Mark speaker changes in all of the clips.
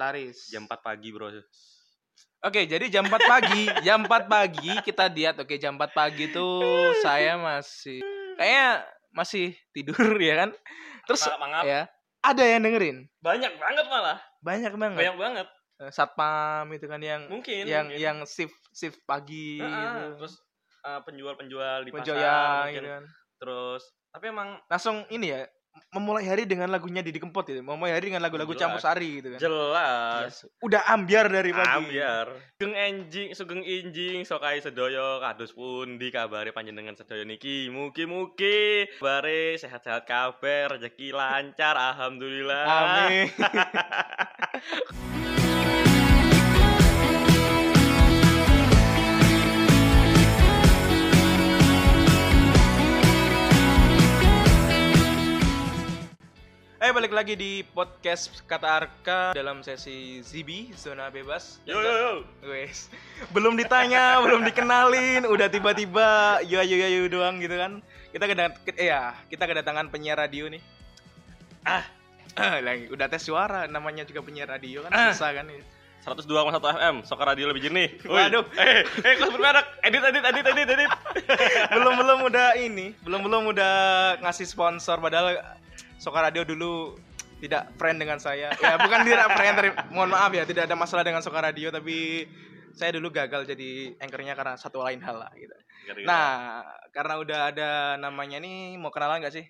Speaker 1: laris.
Speaker 2: Jam 4 pagi, Bro.
Speaker 1: Oke, jadi jam 4 pagi, jam 4 pagi kita diet. Oke, jam 4 pagi tuh saya masih kayaknya masih tidur ya kan. Terus
Speaker 3: Mangap, mangap.
Speaker 1: ya, ada yang dengerin.
Speaker 3: eh, Banyak banget malah.
Speaker 1: Banyak banget.
Speaker 3: Banyak banget.
Speaker 1: Eh, Satpam itu kan yang Hmm.
Speaker 3: Mungkin.
Speaker 1: yang
Speaker 3: mungkin.
Speaker 1: yang shift shift pagi
Speaker 3: Heeh,
Speaker 1: gitu.
Speaker 3: Terus eh, penjual-penjual di
Speaker 1: Menjoya,
Speaker 3: pasar. mungkin.
Speaker 1: gitu kan.
Speaker 3: Terus. Tapi emang
Speaker 1: Langsung ini ya, memulai hari dengan lagunya Didi Kempot gitu. Memulai hari dengan lagu-lagu
Speaker 3: Jelas.
Speaker 1: campur sari gitu kan.
Speaker 3: Iya. jelas.
Speaker 1: Yes. Udah ambiar dari pagi.
Speaker 3: Ambiar. Geng enjing, sugeng injing, sokai sedoyo, kados pundi kabare panjenengan sedoyo niki. Mugi-mugi kabare sehat-sehat kabar, rezeki lancar, alhamdulillah.
Speaker 1: Amin. Eh balik lagi di podcast kata Arka dalam sesi ZB zona bebas.
Speaker 3: Yo yo yo.
Speaker 1: Wes. Belum ditanya, belum dikenalin, udah tiba-tiba ya, yo yo yo, yo doang gitu kan. Kita kedat ke- eh, ya, kita kedatangan penyiar radio nih.
Speaker 3: Ah.
Speaker 1: Ah, lagi udah tes suara namanya juga penyiar radio kan
Speaker 3: Ah.
Speaker 1: susah kan ini.
Speaker 3: 102,1 FM, Soka Radio lebih jernih. Woi.
Speaker 1: Waduh.
Speaker 3: Eh, eh, kelas bermerek. Edit, edit, edit, edit, edit.
Speaker 1: belum belum udah ini, belum belum udah ngasih sponsor padahal Soka Radio dulu tidak friend dengan saya. Ya bukan tidak friend, tapi mohon maaf ya tidak ada masalah dengan Soka Radio tapi saya dulu gagal jadi anchornya karena satu lain hal lah gitu.
Speaker 3: Iya.
Speaker 1: Nah, karena udah ada namanya nih, mau kenalan nggak sih?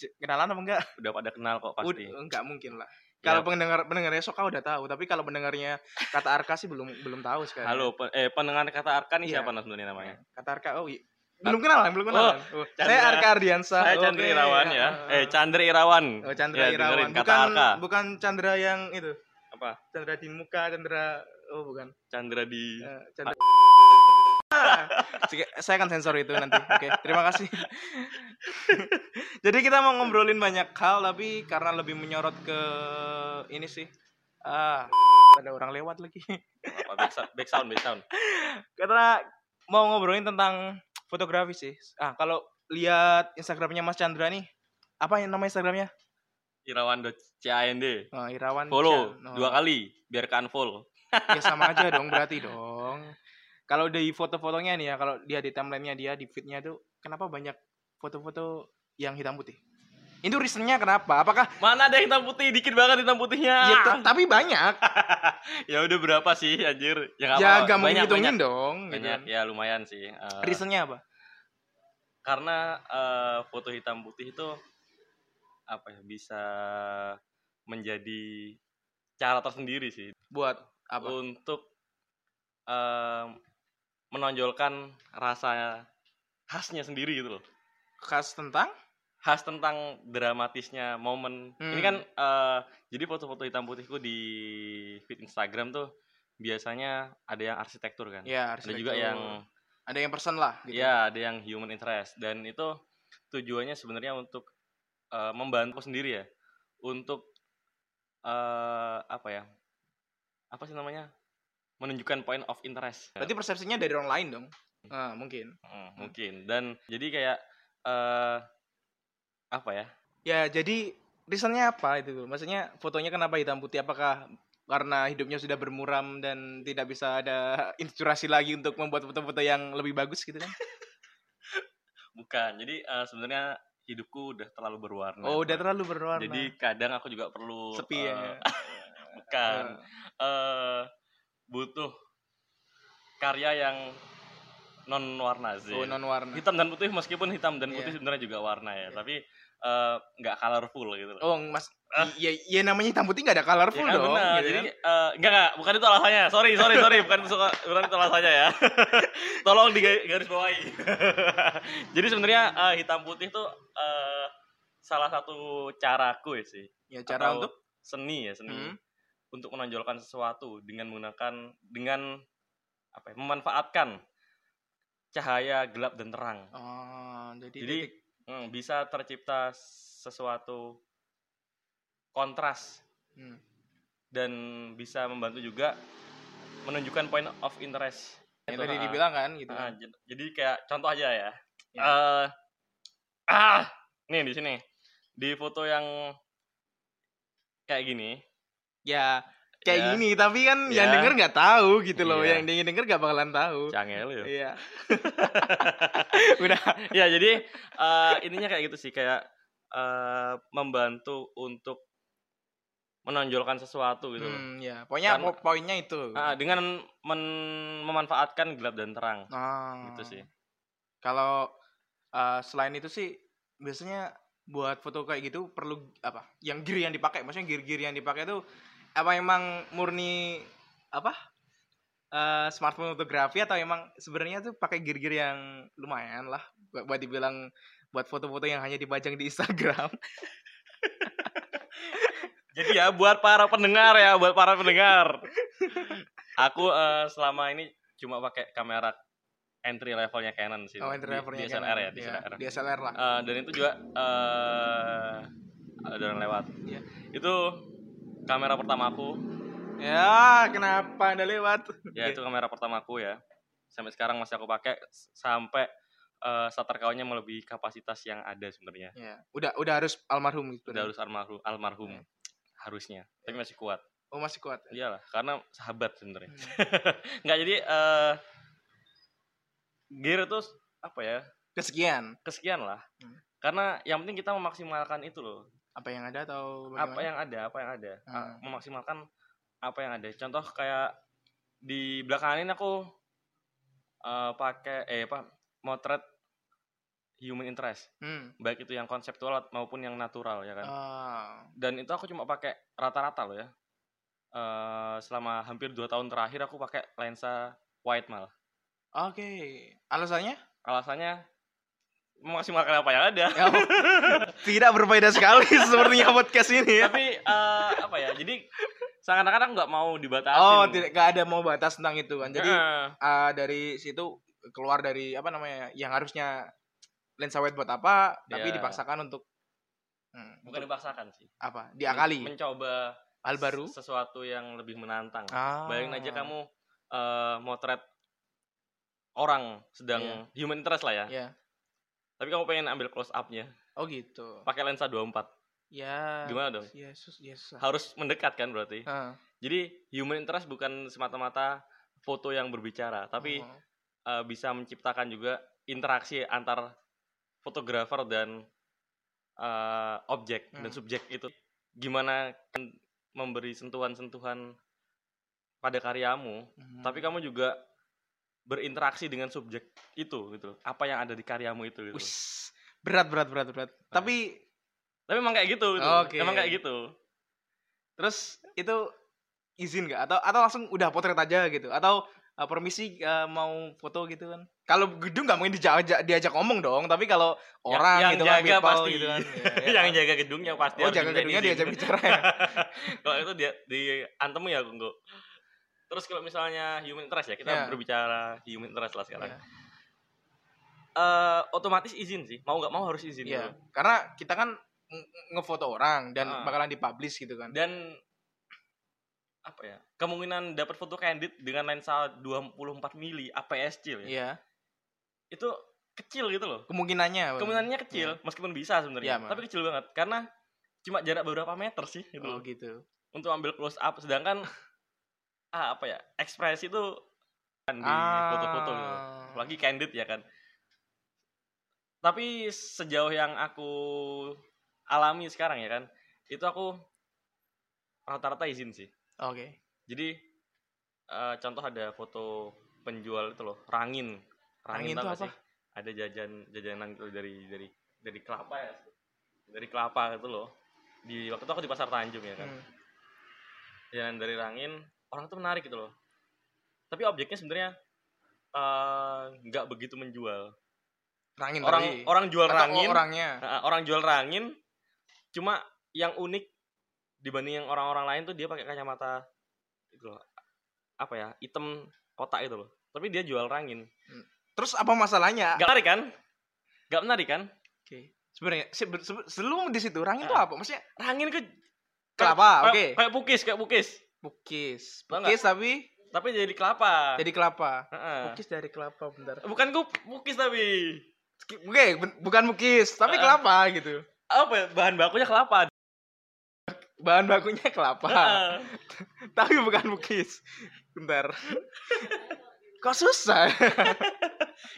Speaker 1: J- Kenalan apa enggak?
Speaker 3: udah pada kenal kok pasti.
Speaker 1: enggak mungkin lah.
Speaker 3: Ya.
Speaker 1: Kalau pendengar pendengarnya Soka udah tahu, tapi kalau pendengarnya kata Arka sih belum belum tahu sekarang.
Speaker 3: Halo, pe- eh pendengar kata Arka nih
Speaker 1: Iya.
Speaker 3: siapa nah sebenarnya namanya?
Speaker 1: Kata Arka, oh iya. belum kenalan, belum kenalan. Oh, saya
Speaker 3: Chandra.
Speaker 1: Arka Ardiansa.
Speaker 3: Saya Chandra
Speaker 1: Oke. Ah,
Speaker 3: Irawan ya. Eh, Chandra Irawan.
Speaker 1: Oh, Chandra
Speaker 3: Ya,
Speaker 1: Irawan.
Speaker 3: dengerin
Speaker 1: Bukan
Speaker 3: kata Arka.
Speaker 1: bukan Chandra yang itu,
Speaker 3: Apa?
Speaker 1: Chandra di muka, Chandra oh bukan.
Speaker 3: Chandra di
Speaker 1: Eh, Chandra Oke, saya akan sensor itu nanti. Oke, terima kasih. Jadi kita mau ngobrolin banyak hal tapi karena lebih menyorot ke ini sih. Ah, ada orang lewat lagi.
Speaker 3: apa back sound, back sound, back sound.
Speaker 1: Karena mau ngobrolin tentang fotografi sih. Ah, kalau lihat Instagramnya Mas Chandra nih, apa yang nama Instagramnya?
Speaker 3: Irawan CAND.
Speaker 1: Oh, Irawan.
Speaker 3: Follow
Speaker 1: Chan. Oh,
Speaker 3: dua kali, biarkan follow.
Speaker 1: Ya sama aja dong, berarti dong. Kalau di foto-fotonya nih ya, kalau dia di timelinenya dia di feednya tuh, kenapa banyak foto-foto yang hitam putih? Itu reasonnya kenapa? Apakah
Speaker 3: Mana ada hitam putih? Dikit banget hitam putihnya.
Speaker 1: Ya, ta- tapi banyak.
Speaker 3: ya udah berapa sih anjir? Ya nggak
Speaker 1: ya
Speaker 3: apa-apa.
Speaker 1: gak mau
Speaker 3: banyak,
Speaker 1: ngitungin
Speaker 3: banyak,
Speaker 1: dong. gitu
Speaker 3: banyak.
Speaker 1: kan.
Speaker 3: Ya lumayan sih. Eh,
Speaker 1: Reasonnya apa?
Speaker 3: karena eh, foto hitam putih itu apa ya bisa menjadi cara tersendiri sih
Speaker 1: Buat apa?
Speaker 3: untuk eh, menonjolkan rasa khasnya sendiri gitu loh
Speaker 1: Khas tentang?
Speaker 3: khas tentang dramatisnya momen
Speaker 1: Hmm.
Speaker 3: ini kan eh, jadi foto-foto hitam putihku di feed Instagram tuh biasanya ada yang arsitektur kan
Speaker 1: Ya,
Speaker 3: ada
Speaker 1: arsitektur.
Speaker 3: juga yang
Speaker 1: ada yang person lah. Gitu.
Speaker 3: ya ada yang human interest dan itu tujuannya sebenarnya untuk eh, membantu sendiri ya untuk eh, apa ya apa sih namanya menunjukkan point of interest
Speaker 1: Berarti persepsinya dari orang lain dong. Ah, mungkin.
Speaker 3: Hmm, mungkin dan jadi kayak eh apa ya
Speaker 1: Ya, jadi reasonnya apa itu? Maksudnya fotonya kenapa hitam putih? Apakah karena hidupnya sudah bermuram dan tidak bisa ada inspirasi lagi untuk membuat foto-foto yang lebih bagus gitu kan?
Speaker 3: bukan jadi eh, sebenarnya hidupku udah terlalu berwarna
Speaker 1: Oh, udah terlalu berwarna.
Speaker 3: Nah, jadi kadang aku juga perlu
Speaker 1: sepi ya. Hmm.
Speaker 3: eh, kan, bukan eh butuh karya yang non warna sih. Gitu.
Speaker 1: Oh, non warna.
Speaker 3: hitam dan putih meskipun hitam dan
Speaker 1: Iya.
Speaker 3: putih sebenarnya juga warna
Speaker 1: Iya.
Speaker 3: ya, tapi eh, nggak colorful gitu loh.
Speaker 1: Oh, Mas, ya, ya namanya hitam putih nggak ada colorful
Speaker 3: Ya kan,
Speaker 1: dong.
Speaker 3: benar.
Speaker 1: gitu
Speaker 3: Jadi
Speaker 1: kan?
Speaker 3: eh, nggak nggak, bukan itu alasannya. Sorry, sorry, sorry, bukan itu, bukan itu alasannya ya. Tolong digaris bawahi. Jadi sebenarnya eh, hitam putih tuh eh, salah satu caraku ya sih.
Speaker 1: ya cara
Speaker 3: Atau
Speaker 1: untuk
Speaker 3: seni ya, seni.
Speaker 1: Hmm.
Speaker 3: untuk menonjolkan sesuatu dengan menggunakan dengan apa ya, memanfaatkan cahaya gelap dan terang.
Speaker 1: oh, jadi,
Speaker 3: Jadi
Speaker 1: titik-
Speaker 3: hmm, bisa tercipta sesuatu kontras
Speaker 1: hmm.
Speaker 3: dan bisa membantu juga menunjukkan point of interest.
Speaker 1: yang
Speaker 3: Itu,
Speaker 1: tadi
Speaker 3: ah.
Speaker 1: dibilang kan gitu
Speaker 3: Ah,
Speaker 1: kan.
Speaker 3: j- jadi kayak contoh aja ya.
Speaker 1: Ya.
Speaker 3: Eh, ah, nih di sini. Di foto yang kayak gini,
Speaker 1: ya kayak
Speaker 3: Ya.
Speaker 1: gini tapi kan yang
Speaker 3: Ya.
Speaker 1: denger nggak tahu gitu loh
Speaker 3: Iya.
Speaker 1: yang ingin denger nggak bakalan tahu
Speaker 3: Cangel ya.
Speaker 1: iya udah
Speaker 3: ya jadi eh, ininya kayak gitu sih kayak eh, membantu untuk menonjolkan sesuatu gitu loh.
Speaker 1: Hmm, ya pokoknya
Speaker 3: Karena-
Speaker 1: po- poinnya itu
Speaker 3: Ah, dengan men- memanfaatkan gelap dan terang
Speaker 1: Ah.
Speaker 3: gitu sih
Speaker 1: kalau eh, selain itu sih biasanya buat foto kayak gitu perlu apa yang gear yang dipakai maksudnya gear-gear yang dipakai tuh apa emang murni apa eh, smartphone fotografi atau emang sebenarnya tuh pakai gear-gear yang lumayan lah buat, buat dibilang buat foto-foto yang hanya dipajang di Instagram
Speaker 3: jadi ya buat para pendengar ya buat para pendengar aku eh, selama ini cuma pakai kamera entry levelnya Canon sih
Speaker 1: Oh,
Speaker 3: Iya, Di-
Speaker 1: interviewernya
Speaker 3: DSLR ya
Speaker 1: Canon.
Speaker 3: DSLR
Speaker 1: DSLR lah
Speaker 3: Eh, dan itu juga eh ada orang lewat
Speaker 1: Iya.
Speaker 3: itu kamera pertama aku
Speaker 1: ya kenapa anda lewat
Speaker 3: Hmm. ya itu kamera pertamaku ya sampai sekarang masih aku pakai s- sampai eh, shutter count-nya melebihi kapasitas yang ada sebenarnya
Speaker 1: Ya, udah udah harus almarhum gitu
Speaker 3: udah harus almarhum almarhum
Speaker 1: Iya.
Speaker 3: harusnya tapi masih kuat
Speaker 1: oh masih kuat
Speaker 3: iyalah karena sahabat sebenarnya
Speaker 1: Hmm.
Speaker 3: nggak jadi eh gear itu s- apa ya
Speaker 1: kesekian
Speaker 3: kesekian lah
Speaker 1: Hmm.
Speaker 3: karena yang penting kita memaksimalkan itu loh
Speaker 1: apa yang ada atau
Speaker 3: apa yang ada apa yang ada
Speaker 1: Hmm.
Speaker 3: Ah, memaksimalkan apa yang ada contoh kayak di belakangan ini aku eh, pakai eh apa motret human interest
Speaker 1: Hmm.
Speaker 3: baik itu yang konseptual maupun yang natural ya kan
Speaker 1: Ah,
Speaker 3: dan itu aku cuma pakai rata-rata loh ya Eh, selama hampir dua tahun terakhir aku pakai lensa wide malah
Speaker 1: Oke, alasannya
Speaker 3: alasannya memaksimalkan apa yang ada
Speaker 1: Ya, tidak berfaedah sekali sepertinya podcast ini. ya.
Speaker 3: tapi eh, apa ya jadi seakan-akan aku nggak mau dibatasi
Speaker 1: Oh, tidak gak ada mau batas tentang itu kan. Jadi
Speaker 3: Heeh.
Speaker 1: ah, dari situ keluar dari apa namanya yang harusnya lensa wide buat apa, tapi
Speaker 3: Ya.
Speaker 1: dipaksakan untuk hmm,
Speaker 3: bukan
Speaker 1: untuk
Speaker 3: dipaksakan sih
Speaker 1: apa? Diakali
Speaker 3: mencoba
Speaker 1: hal baru.
Speaker 3: ses- sesuatu yang lebih menantang
Speaker 1: Ah.
Speaker 3: bayangin aja kamu eh, motret orang sedang human interest lah ya
Speaker 1: Ya.
Speaker 3: tapi kamu pengen ambil close up-nya
Speaker 1: Oh gitu.
Speaker 3: pakai lensa 24
Speaker 1: Ya.
Speaker 3: gimana dong
Speaker 1: Yesus, Yesus.
Speaker 3: harus mendekat kan berarti
Speaker 1: Ah.
Speaker 3: jadi human interest bukan semata-mata foto yang berbicara tapi
Speaker 1: Oh.
Speaker 3: eh, bisa menciptakan juga interaksi antar fotografer dan eh, objek dan
Speaker 1: Hmm.
Speaker 3: subjek itu gimana kan memberi sentuhan-sentuhan pada karyamu
Speaker 1: Hmm.
Speaker 3: tapi kamu juga berinteraksi dengan subjek itu gitu loh. apa yang ada di karyamu itu gitu loh.
Speaker 1: Wis, berat berat berat berat. Tapi
Speaker 3: tapi emang kayak gitu, gitu.
Speaker 1: Oke.
Speaker 3: emang kayak gitu
Speaker 1: Terus itu izin nggak atau atau langsung udah potret aja gitu atau uh, permisi uh, mau foto gitu kan. Kalau gedung nggak mungkin diajak diajak ngomong dong, tapi kalau
Speaker 3: Ya-
Speaker 1: orang
Speaker 3: yang
Speaker 1: gitu kan
Speaker 3: jaga
Speaker 1: people
Speaker 3: pasti
Speaker 1: gitu kan. Ya, ya.
Speaker 3: yang jaga gedungnya gitu. pasti
Speaker 1: oh,
Speaker 3: harus
Speaker 1: jaga
Speaker 3: diminta
Speaker 1: gedungnya
Speaker 3: izin.
Speaker 1: diajak bicara ya.
Speaker 3: kalau itu dia di antem ya aku nggak terus kalau misalnya human interest ya kita
Speaker 1: Ya.
Speaker 3: berbicara human interest lah sekarang
Speaker 1: Ya.
Speaker 3: Eh, otomatis izin sih mau nggak mau harus izin gitu.
Speaker 1: Iya,
Speaker 3: dulu.
Speaker 1: karena kita kan nge- ngefoto orang dan
Speaker 3: Ah.
Speaker 1: bakalan dipublish gitu kan.
Speaker 3: dan apa ya kemungkinan dapat foto candid dengan lensa 24 mili APS-C ya,
Speaker 1: Iya,
Speaker 3: itu kecil gitu loh
Speaker 1: kemungkinannya. Bang.
Speaker 3: kemungkinannya kecil meskipun bisa
Speaker 1: Iya,
Speaker 3: sebenarnya
Speaker 1: Mas.
Speaker 3: tapi kecil banget karena cuma jarak beberapa meter sih gitu
Speaker 1: Oh
Speaker 3: loh,
Speaker 1: gitu.
Speaker 3: untuk ambil close up sedangkan ah, apa ya ekspresi itu kan di foto-foto gitu loh.
Speaker 1: Ah.
Speaker 3: apalagi candid ya kan tapi sejauh yang aku alami sekarang ya kan itu aku rata-rata izin sih
Speaker 1: Oke.
Speaker 3: jadi eh, contoh ada foto penjual itu loh rangin
Speaker 1: Rangin
Speaker 3: tau
Speaker 1: tuh apa?
Speaker 3: gak sih? ada jajan jajanan gitu dari dari dari kelapa ya dari kelapa gitu loh di waktu itu aku di pasar Tanjung ya kan
Speaker 1: Hmm.
Speaker 3: jajanan dari rangin orang tuh menarik gitu loh tapi objeknya sebenarnya eh, nggak begitu menjual
Speaker 1: Rangin
Speaker 3: orang
Speaker 1: tadi.
Speaker 3: orang jual
Speaker 1: Atau
Speaker 3: rangin
Speaker 1: orangnya.
Speaker 3: Nah, orang jual rangin cuma yang unik dibanding yang orang-orang lain tuh dia pakai kacamata itu loh, apa ya item kotak itu loh tapi dia jual rangin
Speaker 1: Terus apa masalahnya?
Speaker 3: gak menarik kan gak menarik kan
Speaker 1: Oke. Sebenarnya se- se- sebelum di situ rangin itu
Speaker 3: Ah.
Speaker 1: apa? Maksudnya
Speaker 3: rangin ke
Speaker 1: kelapa, Ah, oke.
Speaker 3: kayak, kayak pukis kayak pukis
Speaker 1: Bukis.
Speaker 3: Tau
Speaker 1: Bukis tapi
Speaker 3: tapi jadi kelapa
Speaker 1: jadi kelapa.
Speaker 3: Heeh.
Speaker 1: Bukis dari kelapa bentar.
Speaker 3: bukan gue bukis tapi
Speaker 1: Oke, ben- bukan bukis, tapi
Speaker 3: Ah.
Speaker 1: kelapa gitu.
Speaker 3: apa ya, bahan bakunya kelapa
Speaker 1: bahan bakunya kelapa
Speaker 3: Heeh.
Speaker 1: tapi bukan bugis bentar kok susah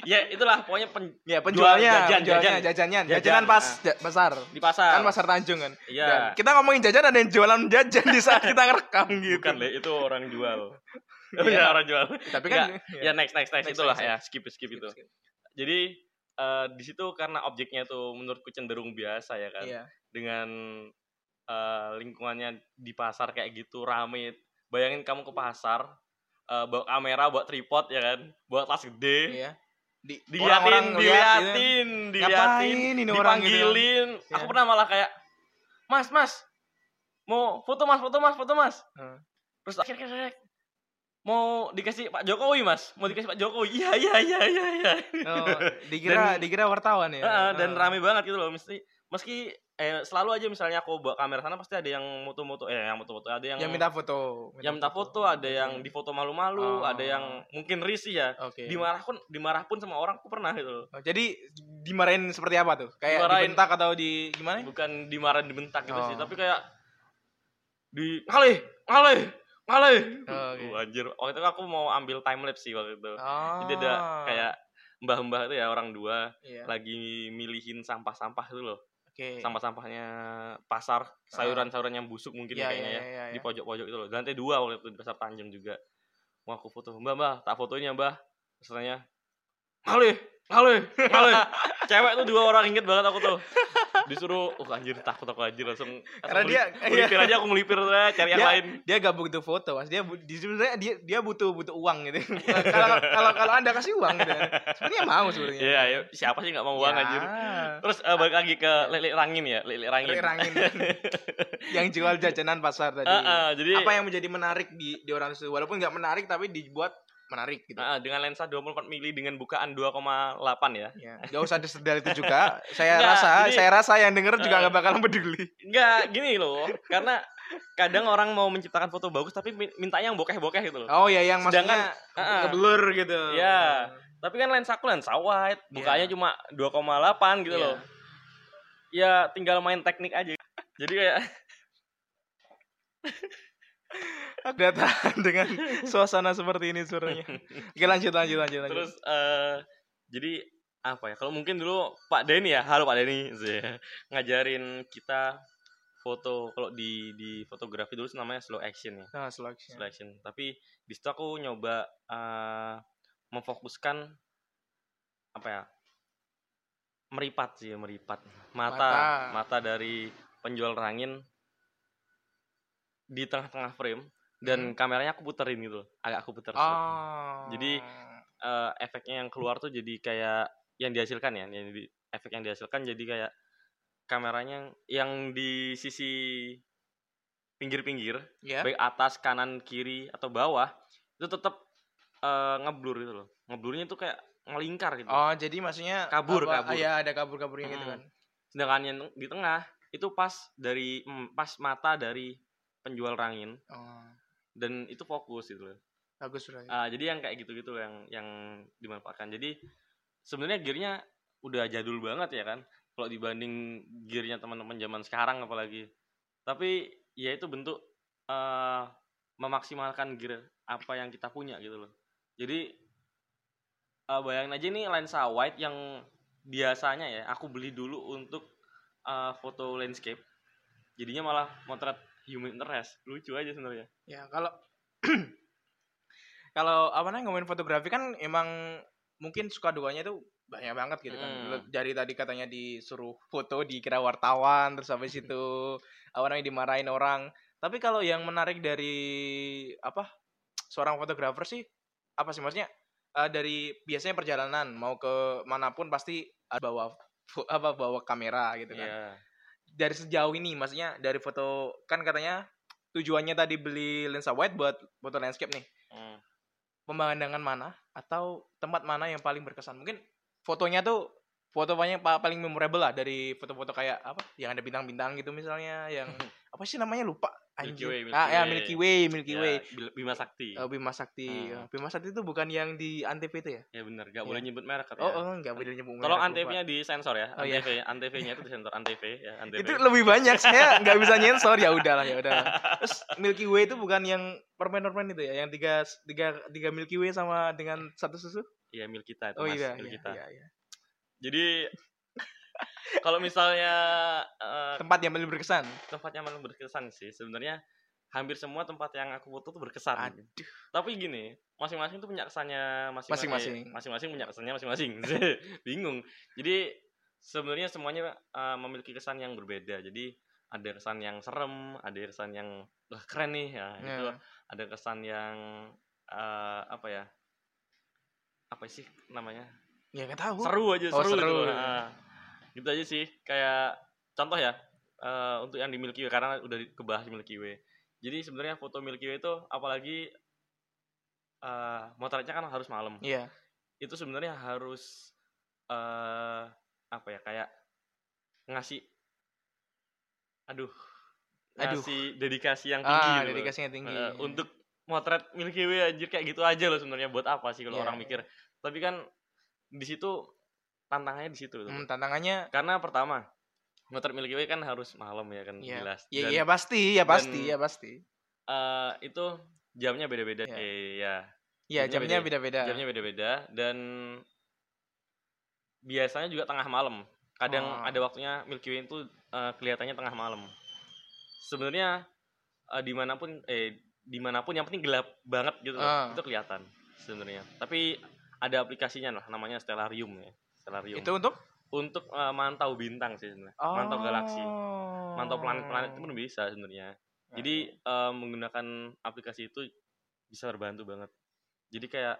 Speaker 3: ya itulah pokoknya pen-
Speaker 1: ya penjualnya
Speaker 3: jajan,
Speaker 1: penjualnya,
Speaker 3: jajan.
Speaker 1: jajanan
Speaker 3: Jajan, Ah.
Speaker 1: jajanan pas ja- pasar
Speaker 3: di pasar.
Speaker 1: kan pasar Tanjung kan
Speaker 3: Iya.
Speaker 1: Dan kita ngomongin jajan ada yang jualan jajan di saat kita ngerekam gitu
Speaker 3: Bukan Le, itu orang jual.
Speaker 1: Iya.
Speaker 3: ya orang jual.
Speaker 1: tapi kan
Speaker 3: Ya next next next,
Speaker 1: Next,
Speaker 3: itulah
Speaker 1: next,
Speaker 3: ya skip skip itu. Jadi eh, di situ karena objeknya tuh menurutku cenderung biasa ya kan.
Speaker 1: Iya.
Speaker 3: Dengan eh, lingkungannya di pasar kayak gitu rame. Bayangin kamu ke pasar eh, bawa kamera, bawa tripod ya kan, bawa tas gede,
Speaker 1: Iya. Di ngeliat
Speaker 3: diliatin,
Speaker 1: gitu.
Speaker 3: diliatin, diliatin,
Speaker 1: Ngapain ini orang gitu.
Speaker 3: dipanggilin.
Speaker 1: kan.
Speaker 3: Aku
Speaker 1: Iya.
Speaker 3: pernah malah kayak, Mas, Mas, mau foto Mas, foto Mas, foto Mas.
Speaker 1: Heeh.
Speaker 3: Terus akhirnya kayak, mau dikasih Pak Jokowi Mas, mau dikasih Pak Jokowi. Iya, iya, iya, iya, iya.
Speaker 1: Oh, dikira
Speaker 3: Dan-
Speaker 1: dikira wartawan ya.
Speaker 3: Heeh, dan
Speaker 1: Heeh.
Speaker 3: rame banget gitu loh, mesti meski eh, selalu aja misalnya aku bawa kamera sana pasti ada yang moto-moto, eh yang moto-moto, ada yang
Speaker 1: yang minta foto.
Speaker 3: yang minta foto, ada yang difoto malu-malu,
Speaker 1: Oh. Iya.
Speaker 3: ada yang mungkin risih ya.
Speaker 1: Oke.
Speaker 3: Dimarah pun dimarah pun sama orang aku pernah gitu loh.
Speaker 1: Oh, jadi dimarahin seperti apa tuh? Kayak
Speaker 3: Dimarahin.
Speaker 1: dibentak atau di gimana?
Speaker 3: bukan dimarahin dibentak gitu
Speaker 1: Oh.
Speaker 3: sih tapi kayak di ngalih ngalih ngalih
Speaker 1: Oh, oke.
Speaker 3: Wah, anjir waktu itu aku mau ambil time lapse sih waktu itu
Speaker 1: Oh.
Speaker 3: jadi ada kayak mbah-mbah itu ya orang dua
Speaker 1: Iya.
Speaker 3: lagi milihin sampah-sampah itu loh
Speaker 1: Oke.
Speaker 3: sampah-sampahnya pasar sayuran-sayuran yang busuk mungkin
Speaker 1: Iya,
Speaker 3: kayaknya
Speaker 1: iya,
Speaker 3: ya
Speaker 1: iya,
Speaker 3: di
Speaker 1: iya.
Speaker 3: pojok-pojok itu loh di lantai dua waktu itu di pasar Tanjung juga mau aku foto mbah mbah tak fotonya mbah misalnya ngalih ngalih ngalih cewek tuh dua orang inget banget aku tuh disuruh oh anjir takut aku anjir langsung
Speaker 1: Karena
Speaker 3: langsung
Speaker 1: dia- iya.
Speaker 3: melip- melipir aja aku melipir aja cari yang
Speaker 1: Dia-
Speaker 3: lain
Speaker 1: Dia gak butuh foto, Mas. Dia bu- di sebenarnya dia dia butuh butuh uang gitu. Kalau kalau kalau Anda kasih uang gitu. Sebenarnya mau sebenarnya.
Speaker 3: Iya, ya, siapa sih nggak mau uang
Speaker 1: Ya.
Speaker 3: anjir terus eh, balik lagi ke lele rangin ya lele rangin
Speaker 1: Tarik rangin. yang jual jajanan pasar tadi.
Speaker 3: Eh, eh, jadi
Speaker 1: apa ya? yang menjadi menarik di di orang itu walaupun nggak menarik tapi dibuat menarik gitu
Speaker 3: eh, dengan lensa 24 mili dengan bukaan 2,8 ya
Speaker 1: ya nggak usah disedal itu juga saya
Speaker 3: Nggak,
Speaker 1: rasa
Speaker 3: jadi-
Speaker 1: saya rasa yang denger juga
Speaker 3: Eh.
Speaker 1: nggak bakalan peduli
Speaker 3: Enggak, gini loh. Karena kadang orang mau menciptakan foto bagus tapi min- mintanya yang bokeh-bokeh gitu loh.
Speaker 1: oh ya yang maksudnya
Speaker 3: Sedangkan- Heeh.
Speaker 1: keblur gitu
Speaker 3: Iya. Tapi kan lensa aku lensa wide, bukanya cuma 2,8 gitu
Speaker 1: Iya.
Speaker 3: loh. Ya tinggal main teknik aja. Jadi kayak
Speaker 1: Aku nggak tahan dengan suasana seperti ini sebenarnya oke lanjut lanjut lanjut lanjut
Speaker 3: terus eh jadi apa ya? Kalau mungkin dulu Pak Denny ya, halo Pak Denny, sih, ngajarin kita foto kalau di di fotografi dulu namanya slow action ya.
Speaker 1: nah selection
Speaker 3: selection. Tapi di situ aku nyoba eh, memfokuskan apa ya? Meripat sih, meripat mata,
Speaker 1: Mata.
Speaker 3: mata, dari penjual rangin di tengah-tengah frame dan kameranya aku puterin gitu, loh, agak aku puter. sedikit.
Speaker 1: Hmm. oh
Speaker 3: Jadi- Eh, efeknya yang keluar tuh jadi kayak yang dihasilkan ya, yang di, efek yang dihasilkan jadi kayak kameranya yang- yang di sisi pinggir-pinggir
Speaker 1: ya
Speaker 3: baik atas kanan kiri atau bawah itu tetap eh, ngeblur gitu loh ngeblurnya tuh kayak ngelingkar gitu
Speaker 1: oh jadi maksudnya
Speaker 3: Kabur,
Speaker 1: apa-
Speaker 3: kabur.
Speaker 1: ya ada kabur kaburnya gitu
Speaker 3: Mm.
Speaker 1: kan
Speaker 3: sedangkan yang di tengah itu pas dari mm, pas mata dari penjual rangin
Speaker 1: oh
Speaker 3: dan itu fokus gitu loh
Speaker 1: bagus berarti
Speaker 3: Ah, jadi yang kayak gitu-gitu yang yang dimanfaatkan jadi sebenarnya gearnya udah jadul banget ya kan kalau dibanding gearnya teman-teman zaman sekarang apalagi tapi ya itu bentuk eh, memaksimalkan gear apa yang kita punya gitu loh jadi eh, bayangin aja nih lensa wide yang biasanya ya aku beli dulu untuk eh, foto landscape jadinya malah motret human interest lucu aja sebenarnya
Speaker 1: Ya kalau kalau apa namanya ngomongin fotografi kan emang mungkin suka dukanya itu banyak banget gitu kan.
Speaker 3: Hmm.
Speaker 1: Lo- Dari tadi katanya disuruh foto dikira wartawan terus habis itu apa namanya dimarahin orang. Tapi kalau yang menarik dari apa seorang fotografer sih apa sih maksudnya Eh, dari biasanya perjalanan mau ke manapun pasti ada bawa fo- apa bawa kamera gitu kan
Speaker 3: Iya.
Speaker 1: dari sejauh ini maksudnya dari foto kan katanya tujuannya tadi beli lensa wide buat foto landscape nih
Speaker 3: Hmm.
Speaker 1: pemandangan mana atau tempat mana yang paling berkesan mungkin fotonya tuh foto paling paling memorable lah dari foto-foto kayak apa yang ada bintang-bintang gitu misalnya yang apa sih namanya lupa anjir.
Speaker 3: Milky Way, Milky
Speaker 1: ah ya
Speaker 3: Way.
Speaker 1: Milky Way Milky
Speaker 3: Ya,
Speaker 1: Way
Speaker 3: Bil- Bima Sakti.
Speaker 1: Eh, Bima Sakti
Speaker 3: Hmm.
Speaker 1: Bima Sakti itu bukan yang di Antv itu ya
Speaker 3: Ya benar,
Speaker 1: iya.
Speaker 3: gak boleh nyebut merek katanya.
Speaker 1: oh oh nggak boleh nyebut merek,
Speaker 3: Tolong
Speaker 1: lupa.
Speaker 3: Antv-nya disensor ya.
Speaker 1: Oh, iya.
Speaker 3: Antv, Antv-nya itu disensor Antv ya, Antv.
Speaker 1: itu lebih banyak saya nggak bisa nyensor ya udahlah ya udahlah terus Milky Way itu bukan yang permen permen itu ya yang tiga tiga tiga Milky Way sama dengan satu susu
Speaker 3: Iya, milik kita itu,
Speaker 1: oh
Speaker 3: Mas.
Speaker 1: iya
Speaker 3: milik
Speaker 1: iya,
Speaker 3: kita.
Speaker 1: iya, iya.
Speaker 3: Jadi kalau misalnya eh,
Speaker 1: tempat yang paling berkesan
Speaker 3: tempatnya memang berkesan sih, sebenarnya hampir semua tempat yang aku foto tuh berkesan.
Speaker 1: Aduh.
Speaker 3: Tapi gini, masing-masing tuh punya kesannya masing-masing.
Speaker 1: Masing-masing.
Speaker 3: Masing-masing punya kesannya masing-masing. Bingung. Jadi sebenarnya semuanya eh, memiliki kesan yang berbeda. Jadi ada kesan yang serem, ada kesan yang wah keren nih
Speaker 1: Ya.
Speaker 3: ya. Gitu. Ada kesan yang eh, apa ya? Apa sih namanya?
Speaker 1: ya nggak tahu
Speaker 3: seru aja
Speaker 1: Oh,
Speaker 3: seru,
Speaker 1: seru.
Speaker 3: gitu Nah, gitu aja sih kayak contoh ya eh, untuk yang di Milky Way karena udah di- kebahas di Milky Way jadi sebenarnya foto Milky Way itu apalagi eh motretnya kan harus malam
Speaker 1: iya
Speaker 3: itu sebenarnya harus eh apa ya kayak ngasih aduh
Speaker 1: Aduh.
Speaker 3: ngasih dedikasi yang tinggi
Speaker 1: ah
Speaker 3: gitu loh.
Speaker 1: dedikasinya tinggi
Speaker 3: Eh, untuk motret Milky Way anjir kayak gitu aja loh sebenarnya buat apa sih kalau
Speaker 1: Iya.
Speaker 3: orang mikir. Tapi kan di situ tantangannya di situ. tuh.
Speaker 1: Hmm, tantangannya
Speaker 3: Karena pertama motret Milky Way kan harus malam ya kan
Speaker 1: Iya.
Speaker 3: jelas.
Speaker 1: ya
Speaker 3: Dan,
Speaker 1: ya pasti ya pasti
Speaker 3: dan-
Speaker 1: ya pasti
Speaker 3: eh, itu jamnya beda-beda.
Speaker 1: Iya. ya
Speaker 3: Iya,
Speaker 1: jamnya
Speaker 3: jamnya
Speaker 1: beda beda
Speaker 3: jamnya beda-beda dan biasanya juga tengah malam. Kadang
Speaker 1: Oh.
Speaker 3: ada waktunya Milky Way itu eh, kelihatannya tengah malam. Sebenarnya eh, dimanapun eh dimanapun yang penting gelap banget gitu loh.
Speaker 1: Ah.
Speaker 3: itu kelihatan sebenarnya. Tapi ada aplikasinya lah namanya Stellarium ya. Stellarium.
Speaker 1: itu untuk
Speaker 3: untuk eh, mantau bintang sih sebenarnya. Mantau galaksi, mantau planet-planet
Speaker 1: Oh.
Speaker 3: itu pun bisa sebenarnya. Jadi
Speaker 1: Nah, iya.
Speaker 3: eh, menggunakan aplikasi itu bisa berbantu banget. Jadi kayak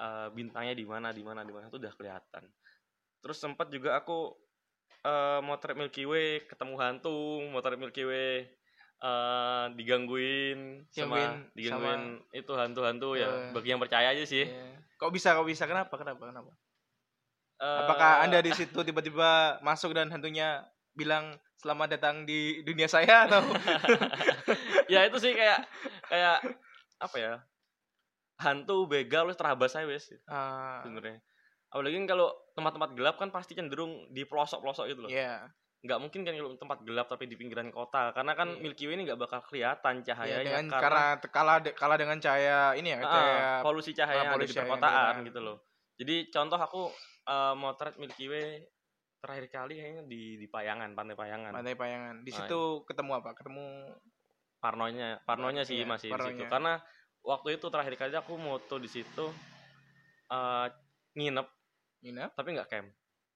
Speaker 3: eh, bintangnya di mana, di mana, di mana itu udah kelihatan. Terus sempat juga aku eh, motret Milky Way, ketemu hantu, motret Milky Way eh, digangguin,
Speaker 1: Digangguin
Speaker 3: sama digangguin itu hantu-hantu ya.
Speaker 1: Eh.
Speaker 3: Bagi yang percaya aja sih.
Speaker 1: Iya. kok bisa kok bisa kenapa kenapa kenapa
Speaker 3: Eh,
Speaker 1: apakah anda di situ tiba-tiba masuk dan hantunya bilang selamat datang di dunia saya atau
Speaker 3: ya itu sih kayak kayak apa ya hantu begal terus terabas saya wes
Speaker 1: Ah,
Speaker 3: sebenarnya apalagi kan kalau tempat-tempat gelap kan pasti cenderung di pelosok-pelosok gitu loh
Speaker 1: Iya.
Speaker 3: nggak mungkin kan kalau tempat gelap tapi di pinggiran kota karena kan
Speaker 1: Iya.
Speaker 3: Milky Way ini nggak bakal kelihatan
Speaker 1: Ya,
Speaker 3: cahayanya
Speaker 1: dengan
Speaker 3: karena,
Speaker 1: karena kalah kalah dengan cahaya ini ya
Speaker 3: Ah,
Speaker 1: cahaya
Speaker 3: polusi cahaya yang ada di
Speaker 1: polusi iya. yang ada di
Speaker 3: perkotaan
Speaker 1: perkotaan.
Speaker 3: gitu loh jadi contoh aku eh, motret Milky Way terakhir kali kayaknya di di Payangan pantai Payangan
Speaker 1: pantai payangan. Di
Speaker 3: Ah,
Speaker 1: situ ketemu apa? Ketemu
Speaker 3: parnonya parnonya sih
Speaker 1: Iya,
Speaker 3: masih di situ
Speaker 1: parnonya.
Speaker 3: karena waktu itu terakhir kali aku moto di situ eh, nginep
Speaker 1: nginep.
Speaker 3: tapi nggak camp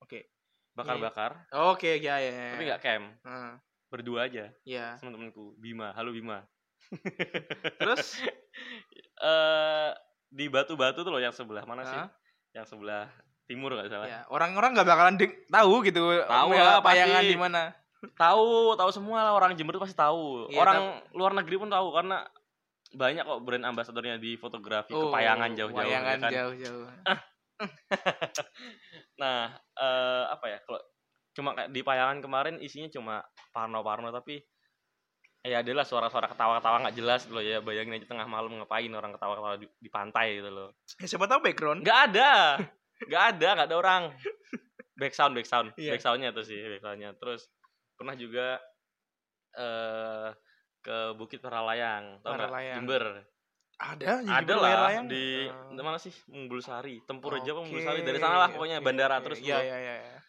Speaker 1: Oke.
Speaker 3: bakar-bakar
Speaker 1: Oke, ya ya. ya.
Speaker 3: tapi nggak camp
Speaker 1: Ah,
Speaker 3: berdua aja
Speaker 1: ya.
Speaker 3: sama temenku Bima halo Bima
Speaker 1: Terus
Speaker 3: eh di batu-batu tuh loh yang sebelah mana sih
Speaker 1: Hah?
Speaker 3: yang sebelah timur nggak salah
Speaker 1: ya, orang-orang nggak bakalan deng- tahu gitu
Speaker 3: Tahu
Speaker 1: ya,
Speaker 3: lah,
Speaker 1: payangan
Speaker 3: pasti.
Speaker 1: di mana.
Speaker 3: tahu tahu semua lah orang Jember tuh pasti tahu
Speaker 1: Iya,
Speaker 3: orang luar negeri pun tahu karena banyak kok brand ambasadornya di fotografi kepayangan jauh-jauh ya
Speaker 1: Payangan
Speaker 3: kan.
Speaker 1: Oh, jauh-jauh.
Speaker 3: Nah, eh apa ya? Kalau cuma kayak di payangan kemarin isinya cuma parno-parno tapi ya adalah suara-suara ketawa-ketawa nggak jelas gitu loh ya. Bayangin aja tengah malam ngapain orang ketawa-ketawa di, di pantai gitu loh.
Speaker 1: Ya, siapa tahu background.
Speaker 3: Nggak ada. Nggak ada, nggak ada orang. Back sound, back sound.
Speaker 1: Iya.
Speaker 3: Back soundnya tuh sih, back soundnya. Terus pernah juga eh ke Bukit Paralayang, tau nggak?
Speaker 1: Paralayang.
Speaker 3: Jember.
Speaker 1: Ada di
Speaker 3: Ada
Speaker 1: Pulau
Speaker 3: lah
Speaker 1: Layang.
Speaker 3: di
Speaker 1: Ah.
Speaker 3: mana sih? Munggulsari, Tempurjo apa
Speaker 1: Oke,
Speaker 3: Munggulsari? Dari sanalah
Speaker 1: oke,
Speaker 3: pokoknya bandara
Speaker 1: oke.
Speaker 3: terus
Speaker 1: Iya,
Speaker 3: tuh.
Speaker 1: iya, iya. iya.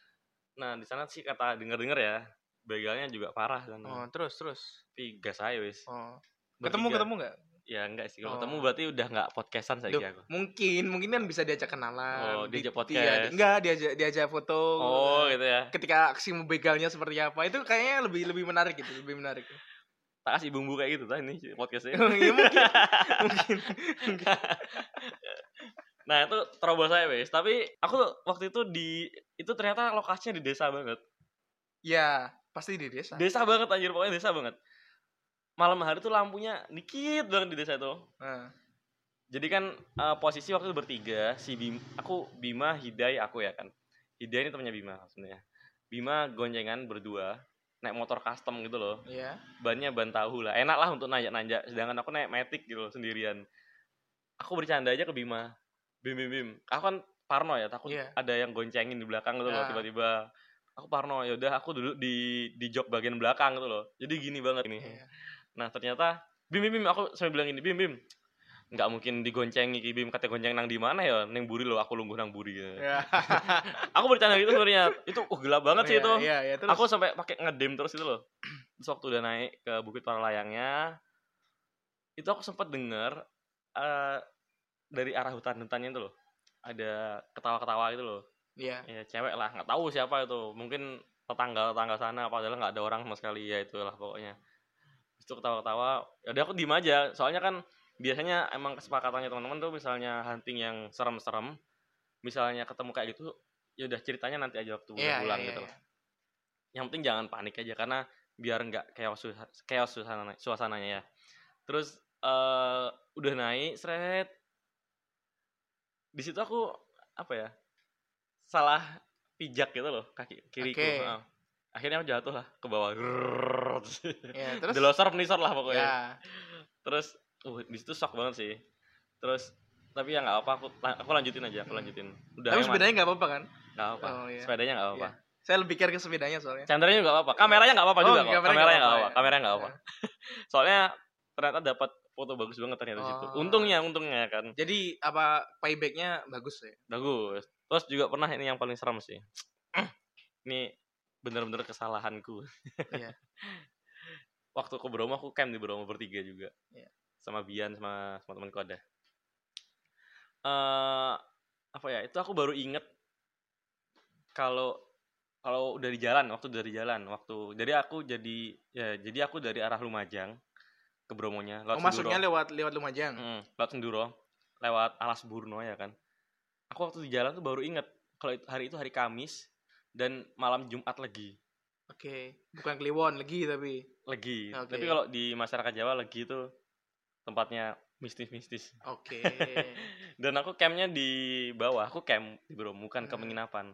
Speaker 3: Nah, di sana sih kata denger-denger ya, begalnya juga parah kan.
Speaker 1: Oh, terus terus.
Speaker 3: Tapi gas aja wis.
Speaker 1: Oh. Ketemu
Speaker 3: Bertiga.
Speaker 1: ketemu nggak?
Speaker 3: Ya enggak sih.
Speaker 1: Oh.
Speaker 3: Kalau ketemu berarti udah enggak podcastan saya
Speaker 1: Duh,
Speaker 3: aku.
Speaker 1: Mungkin, mungkin kan bisa diajak kenalan.
Speaker 3: Oh, diajak
Speaker 1: Di-
Speaker 3: podcast.
Speaker 1: iya, enggak, diajak diajak foto.
Speaker 3: Oh, gitu ya.
Speaker 1: ketika aksi begalnya seperti apa itu kayaknya lebih lebih menarik gitu lebih menarik
Speaker 3: Tak kasih bumbu kayak gitu tah ini podcastnya.
Speaker 1: ya mungkin
Speaker 3: nah, itu terobos saya wis. Tapi aku tuh waktu itu di itu ternyata lokasinya di desa banget.
Speaker 1: ya pasti di desa
Speaker 3: Desa banget anjir, pokoknya desa banget. Malam hari tuh lampunya dikit banget di desa itu.
Speaker 1: Nah,
Speaker 3: Jadi kan eh, posisi waktu itu bertiga, si Bim, aku Bima, Hidai, aku ya kan. Hidai ini temannya Bima sebenarnya. Bima goncengan berdua. naik motor custom gitu loh
Speaker 1: Iya.
Speaker 3: bannya ban tahu lah enak lah untuk nanjak-nanjak sedangkan aku naik matic gitu loh sendirian aku bercanda aja ke Bima Bim Bim Bim aku kan parno ya takut
Speaker 1: Iya.
Speaker 3: ada yang goncengin di belakang gitu
Speaker 1: Ah.
Speaker 3: loh tiba-tiba aku parno yaudah aku duduk di di jok bagian belakang gitu loh jadi gini banget ini
Speaker 1: Iya.
Speaker 3: nah ternyata Bim Bim Bim aku sambil bilang gini Bim Bim nggak mungkin digoncengi Ki Bim kata gonceng nang di mana ya neng buri loh aku lungguh nang buri gitu.
Speaker 1: Iya.
Speaker 3: aku bercanda gitu sebenarnya itu uh, gelap banget sih
Speaker 1: Iya,
Speaker 3: itu
Speaker 1: Iya, iya, terus.
Speaker 3: aku sampai pakai ngedem terus gitu loh terus waktu udah naik ke bukit para layangnya itu aku sempat dengar eh, dari arah hutan-hutannya itu loh ada ketawa-ketawa gitu loh
Speaker 1: Iya.
Speaker 3: ya cewek lah nggak tahu siapa itu mungkin tetangga tetangga sana padahal nggak ada orang sama sekali ya itulah pokoknya Terus itu ketawa-ketawa ya udah aku diem aja soalnya kan biasanya emang kesepakatannya teman-teman tuh misalnya hunting yang serem-serem misalnya ketemu kayak gitu ya udah ceritanya nanti aja waktu udah
Speaker 1: Iya,
Speaker 3: pulang
Speaker 1: iya,
Speaker 3: gitu
Speaker 1: iya.
Speaker 3: yang penting jangan panik aja karena biar nggak chaos suha- chaos suasana suasananya ya terus eh udah naik seret di situ aku apa ya salah pijak gitu loh kaki kiriku
Speaker 1: Oke.
Speaker 3: heeh. akhirnya aku jatuh lah ke bawah Grrrr.
Speaker 1: Iya, terus.
Speaker 3: delosor penisor lah pokoknya
Speaker 1: Ya.
Speaker 3: terus uh di situ shock banget sih terus tapi ya nggak apa aku aku lanjutin aja aku lanjutin udah
Speaker 1: Tapi
Speaker 3: aman.
Speaker 1: sepedanya nggak apa-apa kan?
Speaker 3: nggak apa
Speaker 1: Oh, iya.
Speaker 3: sepedanya nggak apa-apa
Speaker 1: Saya lebih care ke sepedanya soalnya.
Speaker 3: Chandranya juga gak apa-apa. Kameranya gak apa-apa
Speaker 1: Oh,
Speaker 3: juga kok.
Speaker 1: kameranya nggak
Speaker 3: Kameranya gak
Speaker 1: apa-apa
Speaker 3: apa-apa.
Speaker 1: ya.
Speaker 3: Kameranya gak apa-apa. Soalnya ternyata dapat foto bagus banget ternyata di situ.
Speaker 1: Oh.
Speaker 3: Untungnya, untungnya kan.
Speaker 1: Jadi apa paybacknya bagus ya?
Speaker 3: Bagus. Terus juga pernah ini yang paling serem sih. ini bener-bener kesalahanku.
Speaker 1: Iya.
Speaker 3: Waktu ke Bromo aku camp di Bromo bertiga juga.
Speaker 1: Iya.
Speaker 3: Sama Bian sama sama temanku ada. Eh apa ya? Itu aku baru inget kalau kalau udah di jalan waktu dari jalan waktu jadi aku jadi ya jadi aku dari arah Lumajang ke Bromonya
Speaker 1: Oh,
Speaker 3: lewat
Speaker 1: masuknya
Speaker 3: Senduro.
Speaker 1: lewat lewat Lumajang.
Speaker 3: Mm, lewat Senduro lewat Alas Burno ya kan aku waktu di jalan tuh baru inget kalau itu- hari itu hari Kamis dan malam Jumat lagi
Speaker 1: Oke, bukan Kliwon lagi tapi.
Speaker 3: legi
Speaker 1: Oke.
Speaker 3: tapi kalau di masyarakat Jawa legi itu tempatnya mistis-mistis
Speaker 1: Oke.
Speaker 3: dan aku campnya di bawah aku camp di Bromo bukan ke
Speaker 1: Hmm.
Speaker 3: penginapan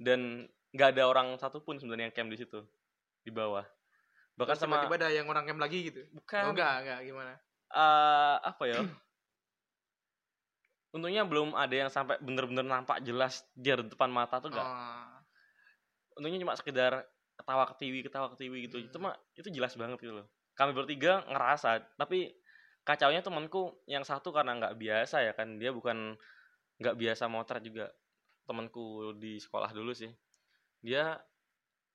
Speaker 3: dan nggak ada orang satupun sebenarnya yang camp di situ di bawah bahkan
Speaker 1: Terus
Speaker 3: sama Kan.
Speaker 1: tiba-tiba ada yang orang camp lagi gitu.
Speaker 3: bukan
Speaker 1: Oh, enggak, enggak gimana?
Speaker 3: eh, apa ya untungnya belum ada yang sampai bener-bener nampak jelas dia di depan mata tuh enggak
Speaker 1: Oh,
Speaker 3: untungnya cuma sekedar ketawa ketiwi ketawa ketiwi gitu
Speaker 1: Hmm.
Speaker 3: itu mah itu jelas banget gitu loh kami bertiga ngerasa tapi kacaunya temanku yang satu karena nggak biasa ya kan dia bukan nggak biasa motret juga temanku di sekolah dulu sih dia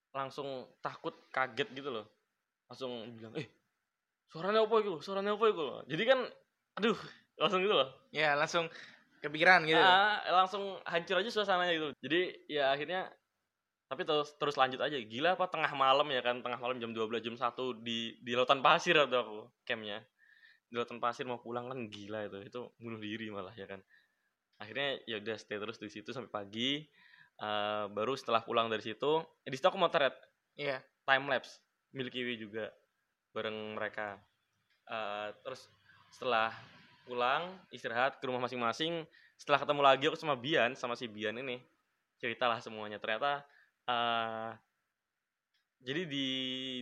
Speaker 3: langsung takut kaget gitu loh langsung bilang eh suaranya apa itu suaranya apa itu jadi kan aduh langsung gitu loh
Speaker 1: ya langsung kepikiran gitu.
Speaker 3: Ah, langsung hancur aja suasananya gitu. Jadi ya akhirnya tapi terus terus lanjut aja. Gila apa tengah malam ya kan, tengah malam jam 12 jam 1 di di lautan pasir atau aku campnya. Di lautan pasir mau pulang kan gila itu. Itu bunuh diri malah ya kan. Akhirnya ya udah stay terus di situ sampai pagi. Eh, baru setelah pulang dari situ, eh, di situ aku motret
Speaker 1: Iya.
Speaker 3: time lapse Milky Way juga bareng mereka. Eh, terus setelah pulang istirahat ke rumah masing-masing, setelah ketemu lagi aku sama Bian sama si Bian ini ceritalah semuanya. Ternyata eh jadi di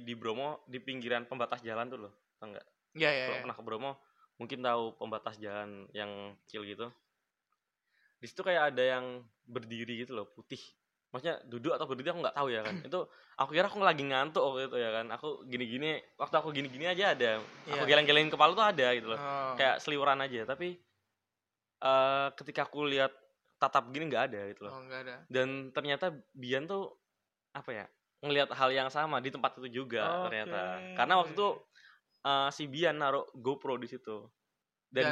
Speaker 3: di Bromo di pinggiran pembatas jalan tuh loh, tau nggak?
Speaker 1: Iya, iya,
Speaker 3: kalau
Speaker 1: iya.
Speaker 3: pernah ke Bromo mungkin tahu pembatas jalan yang kecil gitu di situ kayak ada yang berdiri gitu loh putih maksudnya duduk atau berdiri aku nggak tahu ya kan itu aku kira aku lagi ngantuk waktu itu ya kan aku gini-gini waktu aku gini-gini aja ada aku
Speaker 1: Iya.
Speaker 3: geleng-gelengin kepala tuh ada gitu loh
Speaker 1: Oh.
Speaker 3: kayak seliuran aja tapi eh ketika aku lihat tatap gini nggak ada gitu
Speaker 1: Oh,
Speaker 3: loh
Speaker 1: enggak ada.
Speaker 3: dan ternyata Bian tuh apa ya ngelihat hal yang sama di tempat itu juga
Speaker 1: Oke.
Speaker 3: ternyata karena waktu itu eh, si Bian naruh GoPro di situ dan,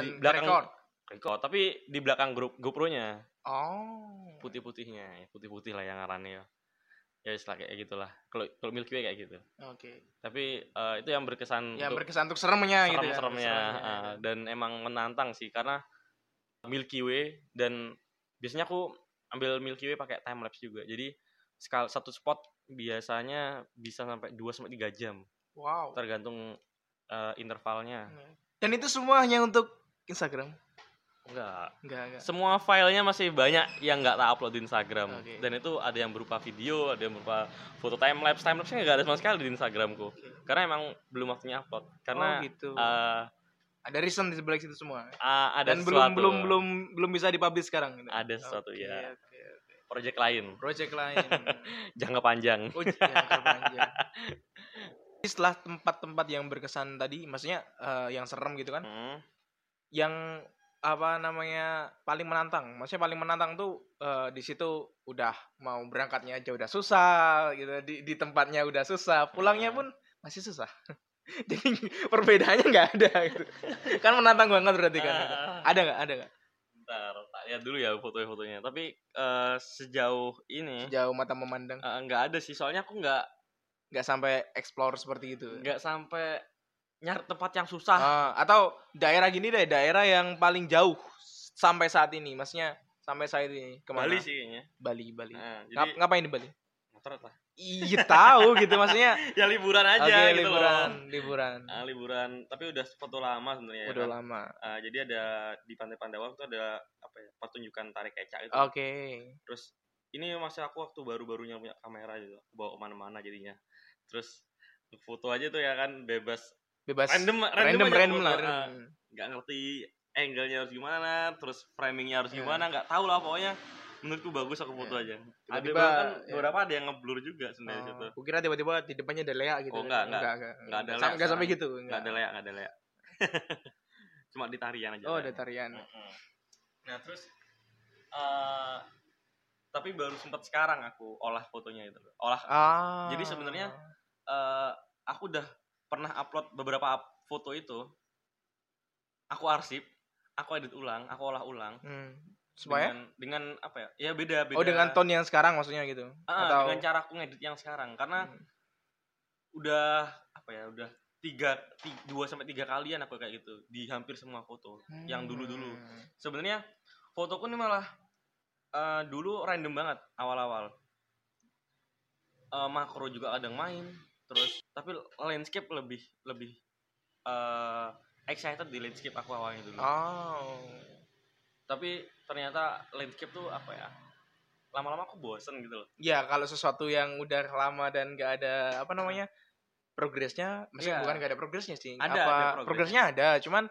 Speaker 1: Dan
Speaker 3: di belakang
Speaker 1: record.
Speaker 3: record, tapi di belakang grup GoPro-nya
Speaker 1: Oh.
Speaker 3: putih-putihnya putih-putih lah yang ngarannya ya istilah kayak gitulah kalau kalau Milky Way kayak gitu
Speaker 1: Oke.
Speaker 3: tapi eh, itu yang berkesan
Speaker 1: Yang
Speaker 3: untuk
Speaker 1: berkesan untuk seremnya gitu ya.
Speaker 3: serem-seremnya
Speaker 1: seremnya,
Speaker 3: ah,
Speaker 1: gitu.
Speaker 3: dan emang menantang sih karena Milky Way dan biasanya aku ambil Milky Way pakai time lapse juga jadi sekal satu spot biasanya bisa sampai 2 sampai 3 jam
Speaker 1: Wow.
Speaker 3: tergantung eh, intervalnya
Speaker 1: Dan itu semua hanya untuk Instagram.
Speaker 3: Enggak.
Speaker 1: Enggak, enggak.
Speaker 3: Semua filenya masih banyak yang nggak tak upload di Instagram.
Speaker 1: Oke.
Speaker 3: Dan itu ada yang berupa video, ada yang berupa foto timelapse. Timelapse-nya nggak ada sama sekali di Instagramku. Karena emang belum waktunya upload.
Speaker 1: oh,
Speaker 3: Karena
Speaker 1: gitu.
Speaker 3: eh,
Speaker 1: ada reason di sebelah situ semua.
Speaker 3: eh, ada
Speaker 1: Dan belum
Speaker 3: sesuatu.
Speaker 1: belum belum belum bisa dipublish sekarang. gitu.
Speaker 3: Ada sesuatu,
Speaker 1: Oke,
Speaker 3: ya.
Speaker 1: oke, oke.
Speaker 3: Project lain.
Speaker 1: Project lain.
Speaker 3: Jangka panjang.
Speaker 1: oh, jangan terpanjang. Jadi Setelah tempat-tempat yang berkesan tadi, maksudnya eh, yang serem gitu kan,
Speaker 3: Hmm.
Speaker 1: yang apa namanya paling menantang, maksudnya paling menantang tuh eh, di situ udah mau berangkatnya aja udah susah, gitu di, di tempatnya udah susah, pulangnya pun masih susah. Jadi perbedaannya nggak ada, gitu. kan menantang banget berarti kan?
Speaker 3: Ah.
Speaker 1: Ada nggak? Ada nggak?
Speaker 3: Bentar, tak lihat dulu ya foto-fotonya. Tapi eh, sejauh ini
Speaker 1: Sejauh mata memandang,
Speaker 3: eh, nggak ada sih. Soalnya aku nggak
Speaker 1: nggak sampai explore seperti itu.
Speaker 3: nggak sampai nyari tempat yang susah.
Speaker 1: Ah, atau daerah gini deh, daerah yang paling jauh sampai saat ini, maksudnya sampai saat ini kemana?
Speaker 3: Bali sih kayaknya.
Speaker 1: Bali, Bali.
Speaker 3: Nah,
Speaker 1: Ngap-
Speaker 3: jadi
Speaker 1: ngapain di Bali?
Speaker 3: Motor apa?
Speaker 1: Iya tahu gitu maksudnya.
Speaker 3: ya liburan aja
Speaker 1: Oke,
Speaker 3: gitu
Speaker 1: liburan,
Speaker 3: loh.
Speaker 1: liburan.
Speaker 3: Ah, liburan, tapi udah foto lama sebenarnya. ya
Speaker 1: Udah
Speaker 3: kan?
Speaker 1: lama.
Speaker 3: Ah, jadi ada di Pantai Pandawa itu ada apa ya? Pertunjukan gitu. tarik kecak itu.
Speaker 1: Oke.
Speaker 3: Terus ini masih aku waktu baru-barunya punya kamera gitu, aku bawa kemana-mana jadinya. Terus foto aja tuh ya kan bebas
Speaker 1: Bebas.
Speaker 3: random
Speaker 1: random,
Speaker 3: aja
Speaker 1: random
Speaker 3: foto.
Speaker 1: lah.
Speaker 3: Ah,
Speaker 1: random.
Speaker 3: nggak ngerti angle-nya harus gimana, terus framing-nya harus
Speaker 1: Iya.
Speaker 3: gimana, nggak tahu lah pokoknya. Menurutku bagus aku foto aja. Ada
Speaker 1: Tiba-tiba,
Speaker 3: bahkan
Speaker 1: iya.
Speaker 3: beberapa ada yang ngeblur juga sebenarnya di situ.
Speaker 1: Oh, kukira tiba-tiba di depannya ada Lea gitu.
Speaker 3: Oh, enggak, enggak.
Speaker 1: enggak.
Speaker 3: Enggak ada
Speaker 1: Sam-
Speaker 3: Lea
Speaker 1: enggak sampai
Speaker 3: sekarang.
Speaker 1: gitu.
Speaker 3: Nggak ada layak, nggak ada layak. Cuma di tarian aja.
Speaker 1: Oh, ada
Speaker 3: layaknya.
Speaker 1: tarian.
Speaker 3: Mm-mm. Nah terus, eh tapi baru sempat sekarang aku olah fotonya itu, olah
Speaker 1: Ah.
Speaker 3: Jadi sebenarnya, eh aku udah pernah upload beberapa up- foto itu aku arsip aku edit ulang aku olah ulang
Speaker 1: Hmm. supaya
Speaker 3: dengan, dengan apa ya ya beda beda
Speaker 1: Oh, dengan tone yang sekarang maksudnya gitu.
Speaker 3: Ah,
Speaker 1: atau
Speaker 3: dengan cara aku ngedit yang sekarang karena
Speaker 1: Hmm.
Speaker 3: udah apa ya udah tiga ti- dua sampai tiga kalian aku kayak gitu di hampir semua foto yang dulu-dulu.
Speaker 1: Hmm.
Speaker 3: sebenarnya fotoku ini malah eh, dulu random banget awal-awal Eh, makro juga kadang main terus tapi landscape lebih lebih eh, excited di landscape aku awalnya dulu
Speaker 1: Oh.
Speaker 3: tapi ternyata landscape tuh apa ya lama-lama aku bosen gitu loh
Speaker 1: Ya, kalau sesuatu yang udah lama dan gak ada apa namanya? progresnya, maksudnya
Speaker 3: Iya.
Speaker 1: bukan gak ada progresnya sih.
Speaker 3: Ada,
Speaker 1: apa
Speaker 3: ada progres.
Speaker 1: progresnya ada, cuman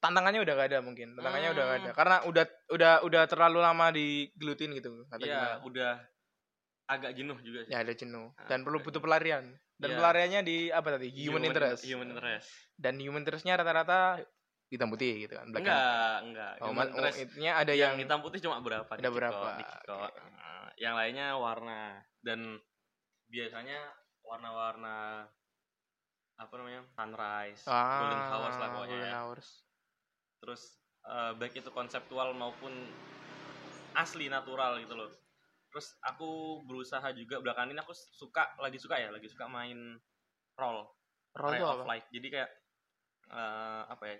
Speaker 1: tantangannya udah gak ada mungkin. Tantangannya udah gak
Speaker 3: Hmm.
Speaker 1: ada karena udah udah udah terlalu lama digelutin gitu kata
Speaker 3: ya
Speaker 1: gimana.
Speaker 3: udah agak jenuh juga sih
Speaker 1: Ya ada jenuh
Speaker 3: Ah,
Speaker 1: dan perlu
Speaker 3: oke.
Speaker 1: butuh pelarian. Dan
Speaker 3: Iya.
Speaker 1: pelariannya di apa tadi? Human, interest.
Speaker 3: human interest
Speaker 1: Dan human interestnya rata-rata hitam putih gitu kan. black and
Speaker 3: enggak enggak
Speaker 1: white. Oh,
Speaker 3: human
Speaker 1: ma-
Speaker 3: interest
Speaker 1: oh, itunya ada
Speaker 3: yang
Speaker 1: yang,
Speaker 3: hitam putih cuma berapa?
Speaker 1: Ada
Speaker 3: dikit kok,
Speaker 1: berapa,
Speaker 3: dikit kok.
Speaker 1: oke.
Speaker 3: Nah, Yang lainnya warna dan biasanya warna-warna apa namanya sunrise, golden hours lah pokoknya.
Speaker 1: Ah, golden
Speaker 3: ya.
Speaker 1: hours.
Speaker 3: Terus eh, baik itu konseptual maupun asli natural gitu loh. Terus aku berusaha juga belakangan ini aku suka lagi suka ya, lagi suka main roll,
Speaker 1: Roll Oh,
Speaker 3: ray
Speaker 1: itu
Speaker 3: of
Speaker 1: apa?
Speaker 3: light. Jadi kayak eh, apa ya?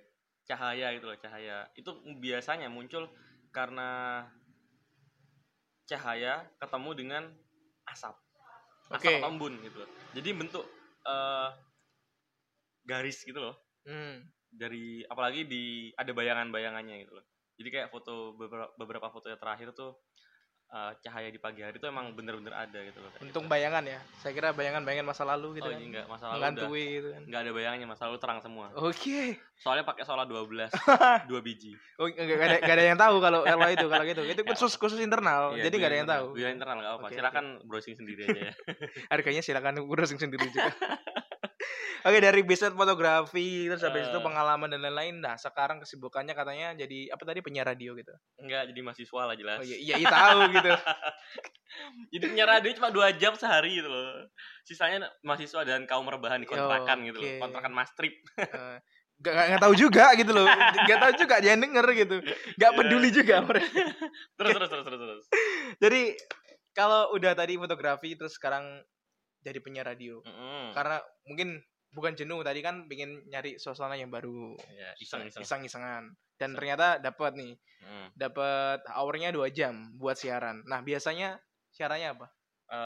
Speaker 3: cahaya gitu loh, cahaya. Itu biasanya muncul karena cahaya ketemu dengan asap.
Speaker 1: Oke.
Speaker 3: Asap atau embun gitu. loh. Jadi bentuk eh, garis gitu loh
Speaker 1: Hmm.
Speaker 3: dari apalagi di ada bayangan-bayangannya gitu loh. Jadi kayak foto beberapa, beberapa foto yang terakhir tuh eh, cahaya di pagi hari tuh emang bener-bener ada gitu loh. kayak
Speaker 1: Untung
Speaker 3: gitu.
Speaker 1: bayangan ya. Saya kira bayangan-bayangan masa lalu gitu
Speaker 3: Oh,
Speaker 1: kan.
Speaker 3: iya, enggak masalah udah.
Speaker 1: Mengantui gitu kan.
Speaker 3: Enggak ada bayangannya, masalah lu terang semua.
Speaker 1: Oke.
Speaker 3: Soalnya pakai solar 12, 2 biji.
Speaker 1: Oh, enggak enggak ada, enggak ada yang tahu kalau kalau itu kalau gitu. Itu khusus khusus internal. Oh,
Speaker 3: Iya,
Speaker 1: jadi
Speaker 3: dua
Speaker 1: enggak ada yang tahu.
Speaker 3: internal. Dua internal enggak apa-apa.
Speaker 1: Oke,
Speaker 3: Silakan browsing sendiri aja ya.
Speaker 1: Harganya silakan browsing sendiri juga. Oke dari bisnis fotografi terus habis itu
Speaker 3: Eh.
Speaker 1: pengalaman dan lain-lain. Nah sekarang kesibukannya katanya jadi apa tadi penyiar radio gitu.
Speaker 3: Enggak jadi mahasiswa lah jelas.
Speaker 1: Oh iya iya, iya tahu gitu.
Speaker 3: Jadi punya radio cuma 2 jam sehari gitu loh. Sisanya mahasiswa dan kaum rebahan di
Speaker 1: Yo,
Speaker 3: kontrakan gitu
Speaker 1: oke.
Speaker 3: loh. Kontrakan mastrip.
Speaker 1: Eh, Gak, gak, gak tahu juga gitu loh Gak tahu juga jangan denger gitu Gak
Speaker 3: Iya.
Speaker 1: peduli juga mereka
Speaker 3: Terus terus terus terus terus.
Speaker 1: Jadi kalau udah tadi fotografi terus sekarang jadi penyiar radio.
Speaker 3: Mm-mm.
Speaker 1: Karena mungkin bukan jenuh tadi kan pengen nyari suasana yang baru.
Speaker 3: Iya, iseng-iseng.
Speaker 1: Iseng-isengan. Dan
Speaker 3: Iseng.
Speaker 1: ternyata dapat nih,
Speaker 3: Mm.
Speaker 1: dapat hournya dua jam buat siaran. Nah, biasanya siarannya apa?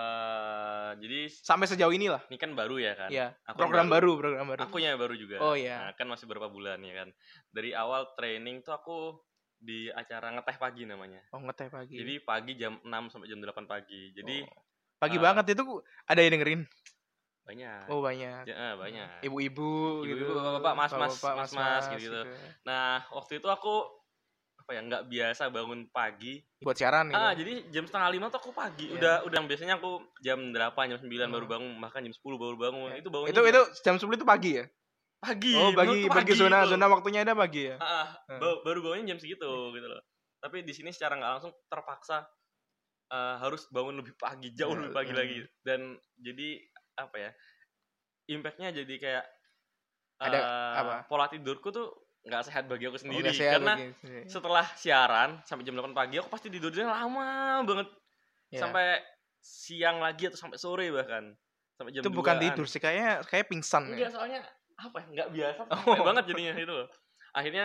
Speaker 3: eh jadi s-
Speaker 1: Sampai sejauh inilah.
Speaker 3: ini kan baru ya kan?
Speaker 1: Iya,
Speaker 3: Aku Iya.
Speaker 1: program baru, program baru.
Speaker 3: Akunya baru juga.
Speaker 1: Oh, iya.
Speaker 3: Nah, kan masih beberapa bulan ya kan. Dari awal training tuh aku di acara ngeteh pagi namanya.
Speaker 1: Oh ngeteh pagi.
Speaker 3: Nah. Jadi pagi jam 6 sampai jam 8 pagi. Jadi
Speaker 1: Oh. pagi
Speaker 3: eh,
Speaker 1: banget itu ada yang dengerin.
Speaker 3: banyak.
Speaker 1: Oh iya. banyak. Nah,
Speaker 3: Ya, eh, banyak.
Speaker 1: Ibu-ibu,
Speaker 3: Ibu-ibu,
Speaker 1: gitu.
Speaker 3: bapak-bapak, mas-mas,
Speaker 1: Bapak-bapak, gitu.
Speaker 3: mas-mas, gitu-gitu. Nah, waktu itu aku apa ya nggak biasa bangun pagi.
Speaker 1: Buat siaran gitu.
Speaker 3: Ah, jadi jam setengah lima tuh aku pagi.
Speaker 1: Iya.
Speaker 3: Udah udah yang biasanya aku jam 8, jam 9 baru
Speaker 1: Hmm.
Speaker 3: bangun, bahkan jam 10 baru bangun.
Speaker 1: Iya.
Speaker 3: Itu bangun
Speaker 1: itu itu jam 10 itu pagi ya?
Speaker 3: pagi.
Speaker 1: oh, pagi
Speaker 3: bangun tuh
Speaker 1: pagi zona
Speaker 3: tuh.
Speaker 1: zona waktunya ada pagi ya.
Speaker 3: Ah, ah,
Speaker 1: Hmm.
Speaker 3: ba- baru bangunnya jam segitu
Speaker 1: Iya.
Speaker 3: gitu loh. Tapi di sini secara nggak langsung terpaksa eh, harus bangun lebih pagi, jauh
Speaker 1: Iya,
Speaker 3: lebih pagi
Speaker 1: hmm.
Speaker 3: lagi. Dan jadi apa ya? Impactnya jadi kayak
Speaker 1: Ada
Speaker 3: eh,
Speaker 1: apa?
Speaker 3: Pola tidurku tuh nggak sehat bagi aku
Speaker 1: Oh,
Speaker 3: sendiri
Speaker 1: nggak sehat
Speaker 3: karena
Speaker 1: bagi-
Speaker 3: setelah siaran sampai jam 8 pagi aku pasti tidurnya lama banget
Speaker 1: Iya.
Speaker 3: sampai siang lagi atau sampai sore bahkan sampai jam
Speaker 1: itu bukan
Speaker 3: 2-an.
Speaker 1: tidur sih kayaknya kayak pingsan ya.
Speaker 3: enggak soalnya apa ya enggak biasa capek banget jadinya itu loh akhirnya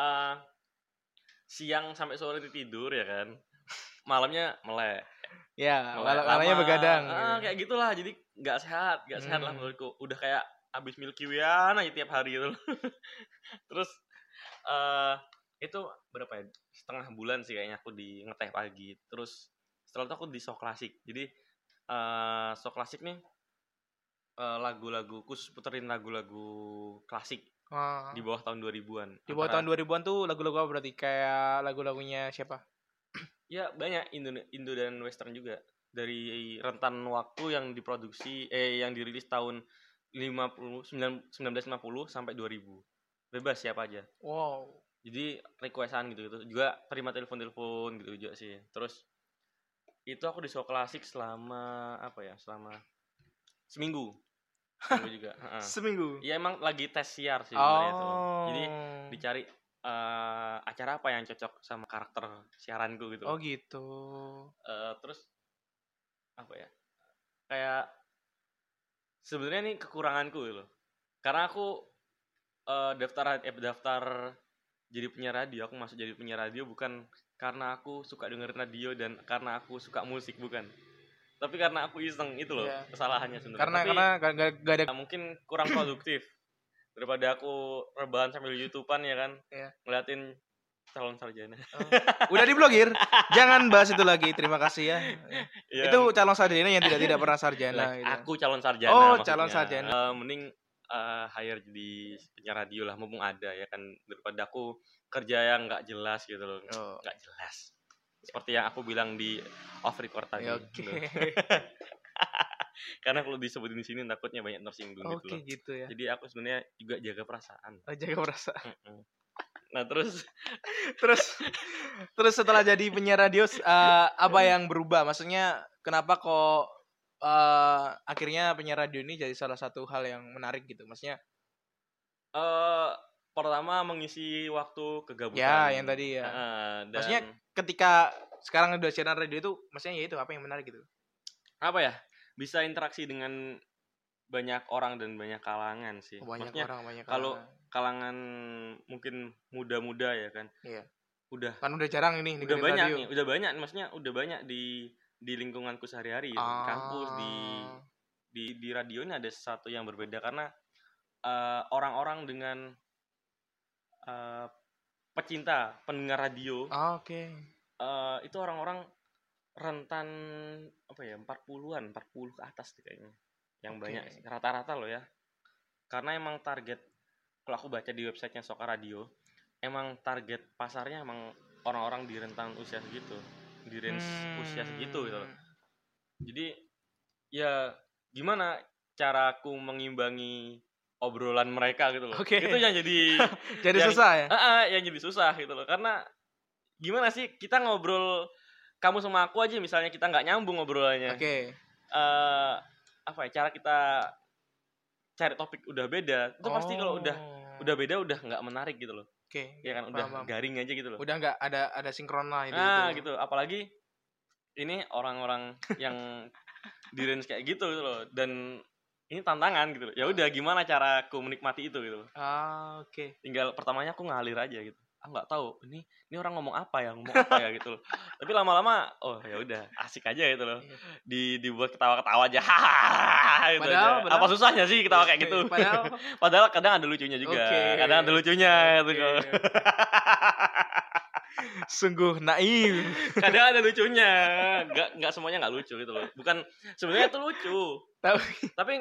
Speaker 3: eh, siang sampai sore itu tidur ya kan malamnya melek
Speaker 1: Ya, malam
Speaker 3: melek
Speaker 1: malamnya
Speaker 3: Oh, lama.
Speaker 1: begadang.
Speaker 3: Ah,
Speaker 1: gitu.
Speaker 3: kayak gitulah jadi nggak sehat nggak sehat lah
Speaker 1: Hmm.
Speaker 3: menurutku udah kayak abis Milky Way aja tiap hari gitu loh. terus eh itu berapa ya setengah bulan sih kayaknya aku di ngeteh pagi terus setelah itu aku di show klasik jadi eh show klasik nih eh, lagu-lagu khusus puterin lagu-lagu klasik
Speaker 1: Ah.
Speaker 3: di bawah tahun 2000-an
Speaker 1: Di bawah tahun 2000-an tuh lagu-lagu apa berarti kayak lagu-lagunya siapa?
Speaker 3: Ya banyak Indo, Indo dan Western juga dari rentan waktu yang diproduksi eh yang dirilis tahun 50 9 1950 sampai 2000 bebas siapa aja
Speaker 1: Wow.
Speaker 3: jadi requestan gitu gitu juga terima telepon telepon gitu juga sih terus itu aku di show klasik selama apa ya selama seminggu seminggu juga heeh.
Speaker 1: Seminggu.
Speaker 3: ya emang lagi tes siar sih sebenarnya itu
Speaker 1: Oh.
Speaker 3: jadi dicari eh, acara apa yang cocok sama karakter siaranku gitu
Speaker 1: Oh gitu.
Speaker 3: Eh, terus apa ya kayak sebenarnya ini kekuranganku gitu loh karena aku eh, daftar eh, daftar jadi penyiar radio aku masuk jadi penyiar radio bukan karena aku suka dengerin radio dan karena aku suka musik bukan tapi karena aku iseng itu loh
Speaker 1: Iya.
Speaker 3: kesalahannya sebenarnya
Speaker 1: Karena
Speaker 3: Tapi,
Speaker 1: karena gak, gak- gak ada
Speaker 3: eh, mungkin kurang produktif daripada aku rebahan sambil youtuban ya kan
Speaker 1: Iya.
Speaker 3: ngeliatin calon sarjana
Speaker 1: udah diblokir. Jangan bahas itu lagi. Terima kasih ya.
Speaker 3: Iya.
Speaker 1: Itu calon sarjana yang tidak tidak pernah sarjana
Speaker 3: Like,
Speaker 1: gitu.
Speaker 3: Nah, aku calon sarjana
Speaker 1: Oh,
Speaker 3: maksudnya.
Speaker 1: calon sarjana.
Speaker 3: Eh, mending eh, hire jadi penyiar radio lah mumpung ada ya kan daripada aku kerja yang nggak jelas gitu loh
Speaker 1: Oh.
Speaker 3: nggak jelas seperti yang aku bilang di off record tadi
Speaker 1: Ya, Oke.
Speaker 3: gitu. karena kalau disebutin di sini takutnya banyak tersinggung gitu
Speaker 1: Oke
Speaker 3: loh
Speaker 1: gitu ya.
Speaker 3: jadi aku sebenarnya juga jaga perasaan
Speaker 1: Oh, Jaga perasaan.
Speaker 3: Mm-mm. nah terus
Speaker 1: Terus terus setelah jadi penyiar radio eh, apa yang berubah? Maksudnya kenapa kok eh, akhirnya penyiar radio ini jadi salah satu hal yang menarik gitu? Maksudnya
Speaker 3: eh pertama mengisi waktu kegabutan
Speaker 1: ya yang tadi ya.
Speaker 3: Eh, dan
Speaker 1: Maksudnya ketika sekarang udah siaran radio itu maksudnya ya itu apa yang menarik gitu
Speaker 3: apa ya bisa interaksi dengan banyak orang dan banyak kalangan sih
Speaker 1: Oh, banyak
Speaker 3: Iya, maksudnya
Speaker 1: orang banyak
Speaker 3: kalau-
Speaker 1: orang.
Speaker 3: kalangan mungkin muda-muda ya kan
Speaker 1: Iya.
Speaker 3: udah
Speaker 1: kan udah jarang ini
Speaker 3: udah
Speaker 1: dengerin
Speaker 3: banyak
Speaker 1: radio.
Speaker 3: nih udah banyak maksudnya udah banyak di di lingkunganku sehari-hari ya, di kampus di
Speaker 1: Ah.
Speaker 3: di di radionya ada sesuatu yang berbeda karena eh, orang-orang dengan eh, pecinta pendengar radio
Speaker 1: Ah, oke
Speaker 3: eh, itu orang-orang rentan apa ya 40-an 40 ke atas deh kayaknya yang
Speaker 1: Oke.
Speaker 3: banyak sih, rata-rata loh ya karena emang target kalau aku baca di websitenya Soka Radio emang target pasarnya emang orang-orang di rentan usia segitu di range
Speaker 1: Hmm.
Speaker 3: usia segitu gitu loh jadi ya gimana caraku mengimbangi obrolan mereka gitu loh
Speaker 1: Oke.
Speaker 3: itu yang jadi
Speaker 1: jadi
Speaker 3: Yang-
Speaker 1: susah ya
Speaker 3: Ah, ah, yang jadi susah gitu loh. Karena gimana sih kita ngobrol kamu sama aku aja misalnya kita nggak nyambung
Speaker 1: oke
Speaker 3: ngobrolannya. Eh, apa ya cara kita cari topik udah beda. Itu pasti kalau udah
Speaker 1: Oh.
Speaker 3: udah beda udah nggak menarik gitu loh.
Speaker 1: oke
Speaker 3: Ya kan udah
Speaker 1: Paham, Iya, paham.
Speaker 3: garing aja gitu loh.
Speaker 1: udah nggak ada ada sinkron lah itu
Speaker 3: nah, gitu. Apalagi ini orang-orang yang di range kayak gitu, gitu loh dan ini tantangan gitu loh. Ya udah gimana cara aku menikmati itu gitu loh.
Speaker 1: ah oke
Speaker 3: tinggal pertamanya aku ngalir aja gitu ah nggak tahu ini ini orang ngomong apa ya ngomong apa ya gitu loh tapi lama-lama oh ya udah asik aja gitu loh
Speaker 1: Iya.
Speaker 3: di dibuat ketawa-ketawa aja hahaha gitu
Speaker 1: Padahal-
Speaker 3: aja. apa
Speaker 1: padahal-
Speaker 3: susahnya sih ketawa kayak gitu
Speaker 1: padahal
Speaker 3: Padahal kadang ada lucunya juga
Speaker 1: Oke.
Speaker 3: kadang ada lucunya gitu
Speaker 1: Oke,
Speaker 3: kok
Speaker 1: oke. Sungguh naif.
Speaker 3: kadang ada lucunya nggak nggak semuanya nggak lucu gitu loh bukan sebenarnya itu lucu
Speaker 1: Tapi
Speaker 3: tapi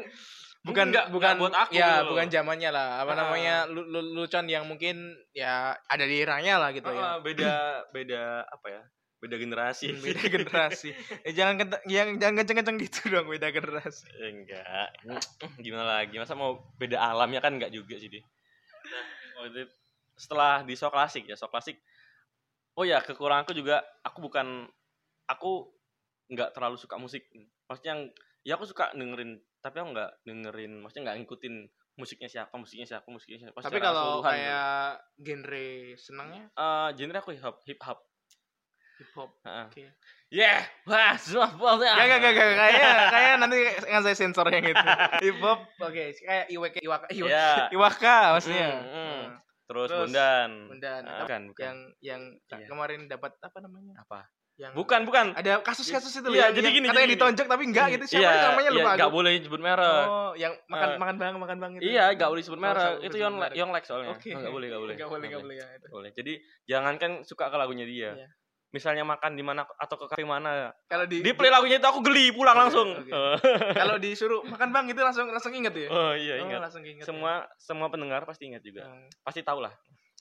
Speaker 1: bukan
Speaker 3: mungkin nggak
Speaker 1: bukan
Speaker 3: nggak buat aku
Speaker 1: ya
Speaker 3: gitu loh.
Speaker 1: bukan zamannya lah apa
Speaker 3: Ah.
Speaker 1: namanya lu- lu- lucuan yang mungkin ya ada di eranya lah gitu ya Hmm,
Speaker 3: Ah, beda beda apa ya beda generasi
Speaker 1: beda generasi Eh, jangan kenta- yang- jangan kenceng-kenceng gitu dong beda generasi
Speaker 3: Ya, enggak gimana lagi masa mau beda alamnya kan enggak juga sih dia Nah, waktu itu- setelah di show klasik ya show klasik oh ya kekuranganku juga aku bukan aku nggak terlalu suka musik maksudnya yang ya aku suka dengerin tapi aku nggak dengerin maksudnya nggak ngikutin musiknya siapa musiknya siapa musiknya siapa
Speaker 1: tapi
Speaker 3: secara
Speaker 1: kalau
Speaker 3: keseluruhan gitu.
Speaker 1: kayak genre senangnya
Speaker 3: Eh, genre aku hip hop hip hop
Speaker 1: hip hop
Speaker 3: Heeh.
Speaker 1: Oke.
Speaker 3: yeah wah semua boleh.
Speaker 1: Gak, gak, gak, gak, kayaknya, kayaknya nanti akan saya sensor yang itu. Iya. Hip hop, oke, kayak Iwaka, Iwaka, Iwaka,
Speaker 3: Ya,
Speaker 1: Iwaka maksudnya.
Speaker 3: Mm, mm.
Speaker 1: Nah,
Speaker 3: terus,
Speaker 1: Terus,
Speaker 3: bundan
Speaker 1: Bundan,
Speaker 3: Ah,
Speaker 1: tapi
Speaker 3: bukan bukan
Speaker 1: yang yang
Speaker 3: Iya.
Speaker 1: kemarin dapat apa namanya?
Speaker 3: apa
Speaker 1: Yang
Speaker 3: bukan bukan
Speaker 1: ada kasus-kasus itu loh.
Speaker 3: Iya,
Speaker 1: yang-
Speaker 3: jadi
Speaker 1: yang
Speaker 3: gini,
Speaker 1: katanya
Speaker 3: jadi gini.
Speaker 1: ditonjok tapi enggak gitu. Siapa
Speaker 3: Iya,
Speaker 1: namanya
Speaker 3: iya,
Speaker 1: lupa
Speaker 3: nggak
Speaker 1: aku.
Speaker 3: boleh sebut merek.
Speaker 1: Oh, yang makan
Speaker 3: Eh.
Speaker 1: makan bareng, makan bareng gitu.
Speaker 3: Iya, nggak boleh sebut
Speaker 1: Nggak usah
Speaker 3: merek.
Speaker 1: sebut
Speaker 3: Itu Yon
Speaker 1: merek.
Speaker 3: Yon Lex soalnya.
Speaker 1: Oke.
Speaker 3: Oh, Nggak boleh, nggak boleh.
Speaker 1: Nggak boleh, nggak boleh ya.
Speaker 3: Nggak boleh. Jadi jangankan suka ke lagunya dia.
Speaker 1: Iya.
Speaker 3: Misalnya makan di mana atau ke kafe mana,
Speaker 1: Kalau di,
Speaker 3: di play lagunya itu aku geli pulang
Speaker 1: Oke,
Speaker 3: langsung.
Speaker 1: oke. kalau disuruh makan bang itu langsung langsung inget ya.
Speaker 3: oh iya
Speaker 1: Oh,
Speaker 3: ingat.
Speaker 1: langsung inget.
Speaker 3: Semua semua pendengar pasti ingat juga.
Speaker 1: Hmm.
Speaker 3: Pasti tahu lah.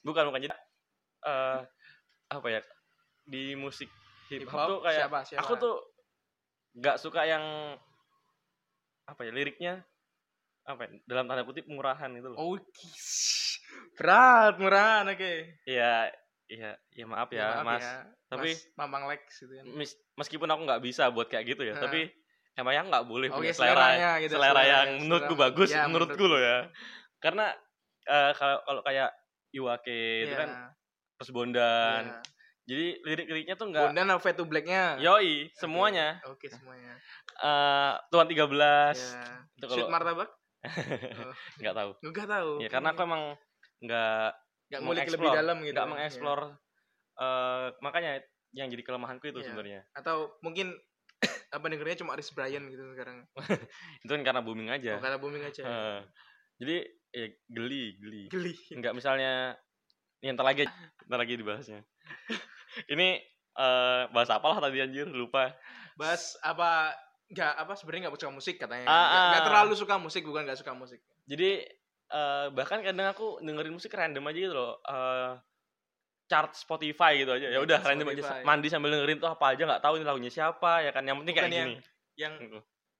Speaker 3: Bukan bukan jadi eh, apa ya di musik hip
Speaker 1: Hip
Speaker 3: hop tuh
Speaker 1: hop,
Speaker 3: kayak
Speaker 1: siapa, siapa?
Speaker 3: aku tuh nggak suka yang apa ya liriknya apa ya, dalam tanda kutip murahan itu loh.
Speaker 1: Oh, kiss. berat, murahan, oke.
Speaker 3: Iya, iya, ya maaf ya,
Speaker 1: maaf
Speaker 3: Mas.
Speaker 1: ya,
Speaker 3: Tapi
Speaker 1: Mas Mamang Lex gitu kan.
Speaker 3: mes- meskipun aku nggak bisa buat kayak gitu ya,
Speaker 1: Heeh.
Speaker 3: tapi emangnya nggak boleh
Speaker 1: Oke,
Speaker 3: punya selera, ya.
Speaker 1: seleranya gitu,
Speaker 3: selera
Speaker 1: seleranya,
Speaker 3: yang menurutku
Speaker 1: selera-
Speaker 3: bagus,
Speaker 1: ya,
Speaker 3: menurutku
Speaker 1: menurut-
Speaker 3: loh ya. Karena eh, kalau kalau kayak Iwake
Speaker 1: ya,
Speaker 3: itu kan terus Bondan.
Speaker 1: Iya.
Speaker 3: Jadi lirik-liriknya tuh nggak
Speaker 1: Bondan apa to Black-nya?
Speaker 3: yoi semuanya.
Speaker 1: Oke, semuanya.
Speaker 3: Eh Tuan 13
Speaker 1: Ya. Sweet
Speaker 3: itu kalau
Speaker 1: martabak?
Speaker 3: nggak tahu.
Speaker 1: Enggak tahu.
Speaker 3: Ya karena aku emang nggak
Speaker 1: enggak ngulik lebih
Speaker 3: mengeksplor,
Speaker 1: dalam gitu.
Speaker 3: nggak
Speaker 1: ya.
Speaker 3: mengeksplor eh, makanya yang jadi kelemahanku itu
Speaker 1: Iya.
Speaker 3: sebenarnya.
Speaker 1: Atau mungkin apa dengernya cuma Aris Brian gitu sekarang.
Speaker 3: Itu kan karena booming aja.
Speaker 1: Oh, karena booming aja.
Speaker 3: Heeh. jadi ya geli geli
Speaker 1: Geli.
Speaker 3: nggak misalnya ini ntar lagi ntar lagi dibahasnya ini eh bahas apa lah tadi anjir lupa
Speaker 1: Bas apa enggak apa sebenarnya enggak suka musik katanya.
Speaker 3: Ah,
Speaker 1: Enggak
Speaker 3: ah.
Speaker 1: enggak terlalu suka musik, bukan enggak suka musik.
Speaker 3: jadi eh bahkan kadang aku dengerin musik random aja gitu loh Eh chart Spotify gitu aja ya
Speaker 1: Iya,
Speaker 3: udah
Speaker 1: chart
Speaker 3: random aja
Speaker 1: Spotify.
Speaker 3: mandi sambil dengerin tuh apa aja nggak tahu ini lagunya siapa ya kan yang penting kayak
Speaker 1: Bukan
Speaker 3: gini Gitu.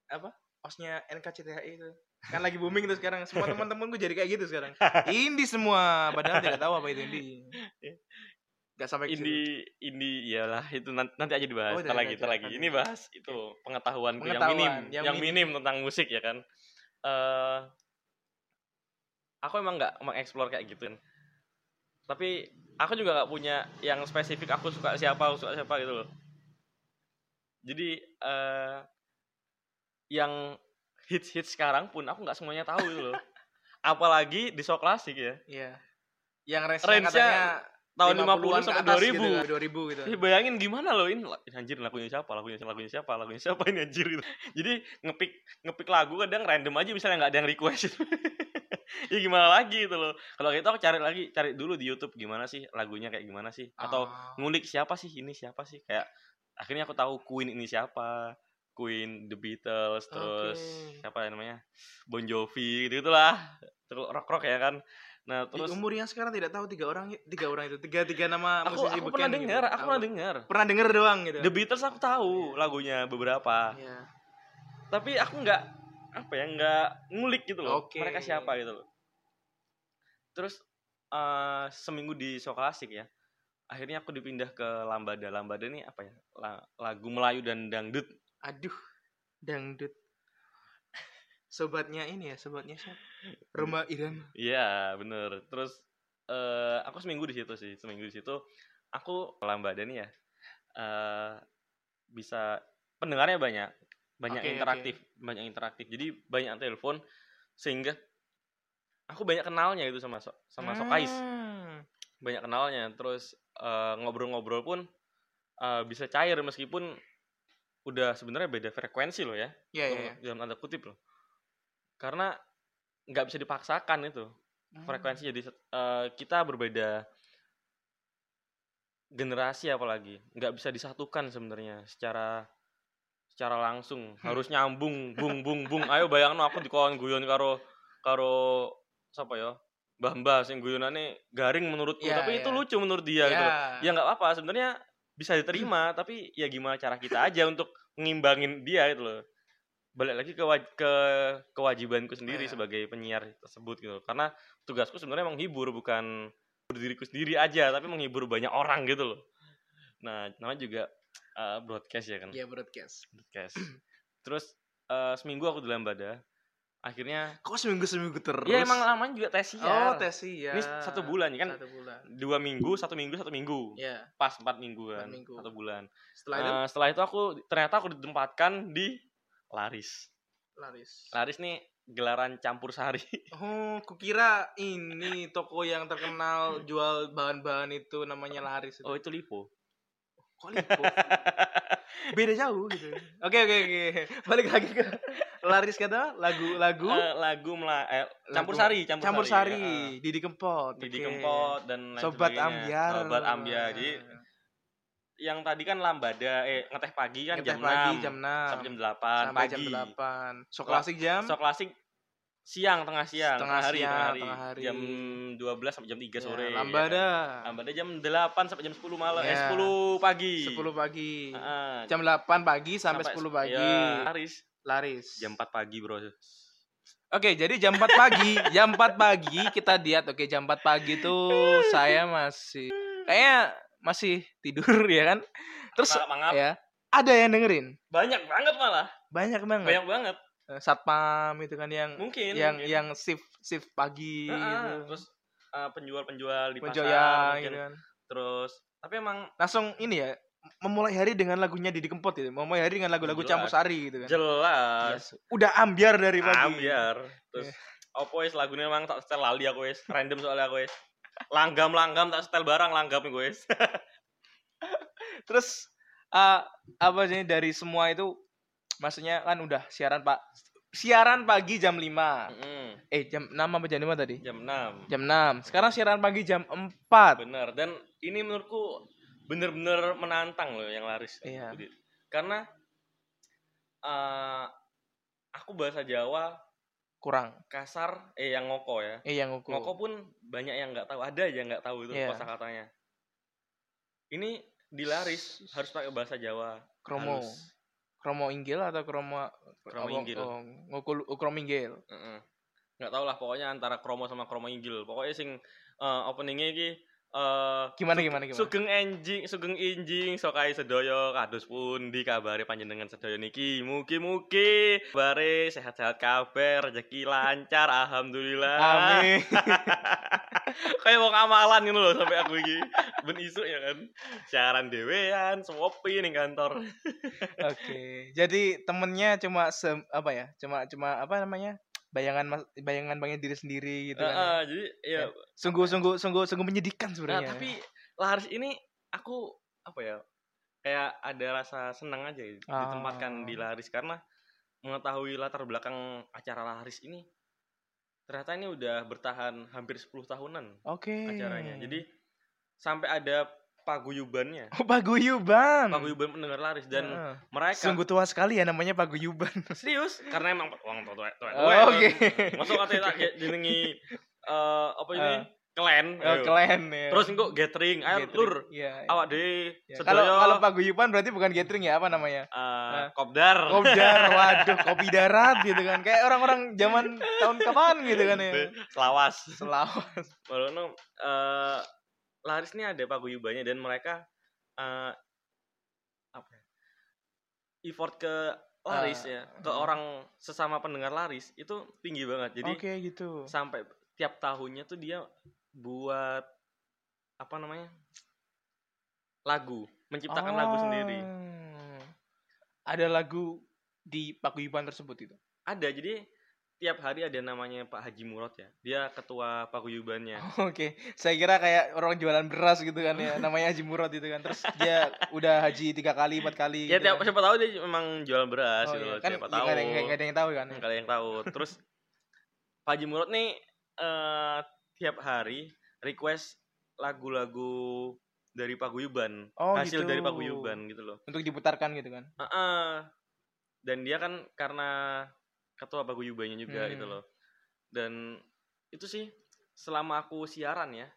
Speaker 1: Yang osnya NKCTHI itu kan lagi booming tuh sekarang semua teman-teman gue jadi kayak gitu sekarang indie semua padahal tidak tahu apa itu indie nggak sampai ke situ.
Speaker 3: ini ini iyalah itu nanti, nanti aja
Speaker 1: Oh,
Speaker 3: dibahas
Speaker 1: udah,
Speaker 3: ntar lagi
Speaker 1: udah,
Speaker 3: ntar
Speaker 1: udah,
Speaker 3: lagi
Speaker 1: nanti.
Speaker 3: ini bahas itu pengetahuan, yang
Speaker 1: Pengetahuan,
Speaker 3: minim
Speaker 1: yang
Speaker 3: yang,
Speaker 1: minim.
Speaker 3: minim tentang musik ya kan eh aku emang nggak mengeksplor kayak gitu kan tapi aku juga nggak punya yang spesifik aku suka siapa aku suka siapa gitu loh jadi eh yang hits hits sekarang pun aku nggak semuanya tahu gitu loh apalagi di show klasik ya
Speaker 1: iya yang range
Speaker 3: Range-nya
Speaker 1: katanya
Speaker 3: tahun 50-an
Speaker 1: 50-an
Speaker 3: sampai
Speaker 1: ke atas
Speaker 3: 2000
Speaker 1: gitu, 2000 gitu
Speaker 3: Tapi bayangin gimana loh ini, ini anjir lagunya siapa, lagunya siapa, lagunya siapa, lagunya siapa ini anjir gitu. Jadi ngepick ngepick lagu kadang random aja misalnya nggak ada yang request gitu. ya gimana lagi itu loh. Kalau gitu aku cari lagi, cari dulu di YouTube gimana sih lagunya kayak gimana sih atau
Speaker 1: Ah,
Speaker 3: ngulik siapa sih ini siapa sih kayak akhirnya aku tahu Queen ini siapa. Queen, The Beatles, terus
Speaker 1: Oke.
Speaker 3: siapa ya namanya? Bon Jovi gitu gitulah. Terus rock-rock ya kan. Nah,
Speaker 1: di
Speaker 3: terus
Speaker 1: umur yang sekarang tidak tahu tiga orang tiga orang itu tiga tiga nama
Speaker 3: aku
Speaker 1: musisi
Speaker 3: aku
Speaker 1: beken
Speaker 3: pernah
Speaker 1: gitu.
Speaker 3: dengar, aku
Speaker 1: Tahu.
Speaker 3: pernah dengar.
Speaker 1: pernah denger doang gitu
Speaker 3: The Beatles aku tahu lagunya beberapa,
Speaker 1: Iya.
Speaker 3: tapi aku nggak apa ya nggak ngulik gitu loh
Speaker 1: Oke.
Speaker 3: mereka siapa gitu loh. Terus eh, seminggu di show klasik ya, akhirnya aku dipindah ke Lambada. Lambada ini apa ya la- lagu Melayu dan dangdut.
Speaker 1: aduh dangdut sobatnya ini ya sobatnya siapa Roma Irama
Speaker 3: Iya bener. Terus eh aku seminggu di situ sih, seminggu di situ aku ke Lambada nih ya eh bisa pendengarnya banyak, banyak
Speaker 1: Oke, oke.
Speaker 3: interaktif, banyak interaktif. Jadi banyak telepon sehingga aku banyak kenalnya itu sama so- sama Sokais,
Speaker 1: Hmm.
Speaker 3: banyak kenalnya. Terus eh, ngobrol-ngobrol pun eh, bisa cair meskipun udah sebenarnya beda frekuensi loh ya
Speaker 1: Iya, iya, iya.
Speaker 3: dalam tanda kutip loh karena nggak bisa dipaksakan itu
Speaker 1: Hmm.
Speaker 3: frekuensi jadi set- eh, kita berbeda generasi apalagi nggak bisa disatukan sebenarnya secara secara langsung harus nyambung bung bung bung ayo bayangno aku dikon guyon karo karo siapa ya Mbah Mbah sing guyonane garing menurutku
Speaker 1: Ya,
Speaker 3: tapi itu
Speaker 1: ya.
Speaker 3: lucu menurut dia gitu loh. Ya nggak apa-apa sebenarnya bisa
Speaker 1: Hmm.
Speaker 3: diterima tapi ya gimana cara kita aja untuk mengimbangin dia gitu loh. Balik lagi ke waj- ke kewajibanku
Speaker 1: Ya.
Speaker 3: sendiri sebagai penyiar tersebut gitu loh. Karena tugasku sebenarnya menghibur bukan berdiriku sendiri aja tapi menghibur banyak orang gitu loh. Nah, namanya juga eh, broadcast ya kan.
Speaker 1: Iya broadcast.
Speaker 3: Broadcast. Terus eh, seminggu aku di Lambada. Akhirnya
Speaker 1: Kok seminggu seminggu terus?
Speaker 3: ya emang lamanya juga tes
Speaker 1: Oh tesi ya.
Speaker 3: Ini satu bulan ya kan?
Speaker 1: Satu bulan.
Speaker 3: dua minggu satu minggu satu minggu
Speaker 1: Ya.
Speaker 3: pas empat minggu
Speaker 1: Empat
Speaker 3: kan
Speaker 1: minggu.
Speaker 3: satu bulan
Speaker 1: Setelah itu
Speaker 3: Eh, setelah itu aku ternyata aku ditempatkan di laris
Speaker 1: laris.
Speaker 3: laris nih gelaran campur sari
Speaker 1: Oh, kukira ini toko yang terkenal jual bahan-bahan itu namanya laris.
Speaker 3: oh
Speaker 1: Itu.
Speaker 3: itu lipo
Speaker 1: Kok Lipo? Beda jauh gitu. Oke oke oke. Balik lagi ke laris kata lagu-lagu
Speaker 3: Eh, lagu mela eh, campur
Speaker 1: Lagu-
Speaker 3: sari campur,
Speaker 1: campur
Speaker 3: eh,
Speaker 1: sari, Didi Kempot.
Speaker 3: Didi
Speaker 1: oke.
Speaker 3: Kempot dan lain
Speaker 1: Sobat
Speaker 3: sebagainya.
Speaker 1: Ambiar. Eh,
Speaker 3: Sobat Ambiar. Jadi yang tadi kan lambada eh ngeteh pagi kan
Speaker 1: Ngeteh
Speaker 3: jam
Speaker 1: pagi
Speaker 3: 6
Speaker 1: jam 6.
Speaker 3: sampai jam 8
Speaker 1: sampai
Speaker 3: pagi.
Speaker 1: jam 8. So klasik jam
Speaker 3: So klasik siang tengah siang,
Speaker 1: Tengah
Speaker 3: tengah hari,
Speaker 1: siang,
Speaker 3: tengah hari.
Speaker 1: tengah hari.
Speaker 3: Jam 12 sampai jam 3
Speaker 1: Ya,
Speaker 3: sore. ya
Speaker 1: Lambada.
Speaker 3: kan? Lambada jam 8 sampai jam 10 malam. Eh
Speaker 1: Ya.
Speaker 3: 10 pagi.
Speaker 1: 10 pagi.
Speaker 3: Heeh.
Speaker 1: Jam 8 pagi sampai, 10 pagi.
Speaker 3: Ya, laris
Speaker 1: Laris.
Speaker 3: jam 4 pagi, Bro.
Speaker 1: Oke, jadi jam 4 pagi, jam 4 pagi kita diet. Oke, jam 4 pagi tuh saya masih kayaknya masih tidur ya kan. Terus
Speaker 3: Mangap, mangap.
Speaker 1: ya, ada yang dengerin.
Speaker 3: Banyak banget malah.
Speaker 1: Banyak banget.
Speaker 3: Banyak banget.
Speaker 1: Eh, Satpam itu kan yang
Speaker 3: Mungkin
Speaker 1: Hmm. yang
Speaker 3: mungkin.
Speaker 1: yang shift shift pagi
Speaker 3: Heeh,
Speaker 1: gitu.
Speaker 3: Terus eh, penjual-penjual di
Speaker 1: Menjual
Speaker 3: pasar
Speaker 1: ya,
Speaker 3: mungkin.
Speaker 1: gitu kan.
Speaker 3: Terus tapi emang
Speaker 1: Langsung ini ya, memulai hari dengan lagunya Didi Kempot gitu. Memulai hari dengan lagu-lagu
Speaker 3: Jelas.
Speaker 1: campur sari gitu kan.
Speaker 3: jelas
Speaker 1: Udah ambiar dari pagi.
Speaker 3: ambiar terus opo wis lagune emang tak setel lali aku wis random soalnya aku wis langgam langgam tak setel barang langgam gue wis
Speaker 1: Iya. Terus eh, apa sih dari semua itu maksudnya kan udah siaran Pak siaran pagi jam 5.
Speaker 3: Mm,
Speaker 1: Eh jam 6 apa jam 5 tadi?
Speaker 3: jam 6
Speaker 1: Jam 6. Sekarang siaran pagi jam 4.
Speaker 3: bener dan ini menurutku bener-bener menantang loh yang laris
Speaker 1: Iya.
Speaker 3: Budi. karena eh aku bahasa Jawa
Speaker 1: Kurang.
Speaker 3: kasar eh yang ngoko ya
Speaker 1: Eh yang ukur.
Speaker 3: ngoko pun banyak yang nggak tahu ada aja yang nggak tahu itu
Speaker 1: Iya.
Speaker 3: kosa katanya ini di laris harus pakai bahasa Jawa
Speaker 1: Kromo.
Speaker 3: Halus.
Speaker 1: Kromo inggil atau kromo
Speaker 3: Kromo
Speaker 1: apa-
Speaker 3: inggil.
Speaker 1: oh, ngukul- oh, kromo inggil.
Speaker 3: Heeh. nggak tau lah pokoknya antara kromo sama kromo inggil pokoknya sing eh, openingnya ini eh
Speaker 1: Gimana gimana gimana?
Speaker 3: sugeng enjing sugeng injing sokai sedoyo kados pundi kabare panjenengan sedoyo niki mugi-mugi bare sehat-sehat kabeh rezeki lancar alhamdulillah
Speaker 1: Amin.
Speaker 3: kayak wong amalan gitu loh sampai aku iki ben isuk ya kan siaran dhewean sewopi ning kantor
Speaker 1: Oke. Jadi temennya cuma se- apa ya? Cuma cuma apa namanya? bayangan mas- bayangan bangnya diri sendiri gitu
Speaker 3: Heeh,
Speaker 1: kan.
Speaker 3: jadi ya
Speaker 1: Sungguh sungguh sungguh sungguh menyedihkan
Speaker 3: Nah,
Speaker 1: sebenarnya.
Speaker 3: tapi Laris ini aku apa ya? Kayak ada rasa senang aja gitu,
Speaker 1: Ah.
Speaker 3: ditempatkan di Laris karena mengetahui latar belakang acara Laris ini ternyata ini udah bertahan hampir 10 tahunan
Speaker 1: Oke.
Speaker 3: acaranya. Jadi sampai ada paguyubannya,
Speaker 1: oh, paguyuban.
Speaker 3: paguyuban pendengar Laris dan
Speaker 1: Heeh.
Speaker 3: mereka
Speaker 1: Hmm. sungguh tua sekali ya namanya paguyuban.
Speaker 3: serius karena emang uang tua tua tua.
Speaker 1: Oh, Oke.
Speaker 3: Masuk katanya tak kayak jenengi eh, apa ini?
Speaker 1: Ah.
Speaker 3: Klan.
Speaker 1: Oh,
Speaker 3: ayo.
Speaker 1: keren ya.
Speaker 3: Terus engko gathering, ayo
Speaker 1: Gathering.
Speaker 3: lur.
Speaker 1: Iya. iya.
Speaker 3: Awak deh,
Speaker 1: Iya. Kalau kalau
Speaker 3: sedoyo
Speaker 1: paguyuban berarti bukan gathering ya apa namanya?
Speaker 3: eh,
Speaker 1: Ah.
Speaker 3: kopdar.
Speaker 1: Kopdar, waduh, kopi darat gitu kan. Kayak orang-orang zaman tahun kapan gitu kan ya.
Speaker 3: Selawas.
Speaker 1: Selawas.
Speaker 3: Walaupun eh Laris nih ada paguyubannya dan mereka eh apa? ya, Effort ke Laris
Speaker 1: Eh,
Speaker 3: ya, ke
Speaker 1: mm.
Speaker 3: orang sesama pendengar Laris itu tinggi banget. Jadi
Speaker 1: Oke gitu.
Speaker 3: sampai tiap tahunnya tuh dia buat apa namanya? lagu, menciptakan lagu
Speaker 1: Ah.
Speaker 3: sendiri.
Speaker 1: Ada lagu di paguyuban tersebut itu.
Speaker 3: Ada jadi tiap hari ada namanya Pak Haji Murad ya. Dia ketua paguyubannya.
Speaker 1: Oke, saya kira kayak orang jualan beras gitu kan ya, namanya Haji Murad gitu kan. Terus dia udah haji tiga kali, empat kali.
Speaker 3: Ya
Speaker 1: gitu
Speaker 3: tiap
Speaker 1: kan.
Speaker 3: siapa tahu dia memang jual beras
Speaker 1: Oh,
Speaker 3: gitu
Speaker 1: iya.
Speaker 3: loh,
Speaker 1: kan
Speaker 3: siapa
Speaker 1: nggak
Speaker 3: tahu.
Speaker 1: ada, yang- nggak ada yang tahu kan.
Speaker 3: Nggak ada yang tahu. Terus Pak Haji Murad nih eh tiap hari request lagu-lagu dari paguyuban
Speaker 1: Oh,
Speaker 3: hasil dari
Speaker 1: gitu.
Speaker 3: paguyuban gitu loh
Speaker 1: Untuk diputarkan gitu kan.
Speaker 3: Heeh. dan dia kan karena ketua paguyubannya juga
Speaker 1: Hmm.
Speaker 3: gitu loh dan itu sih selama aku siaran ya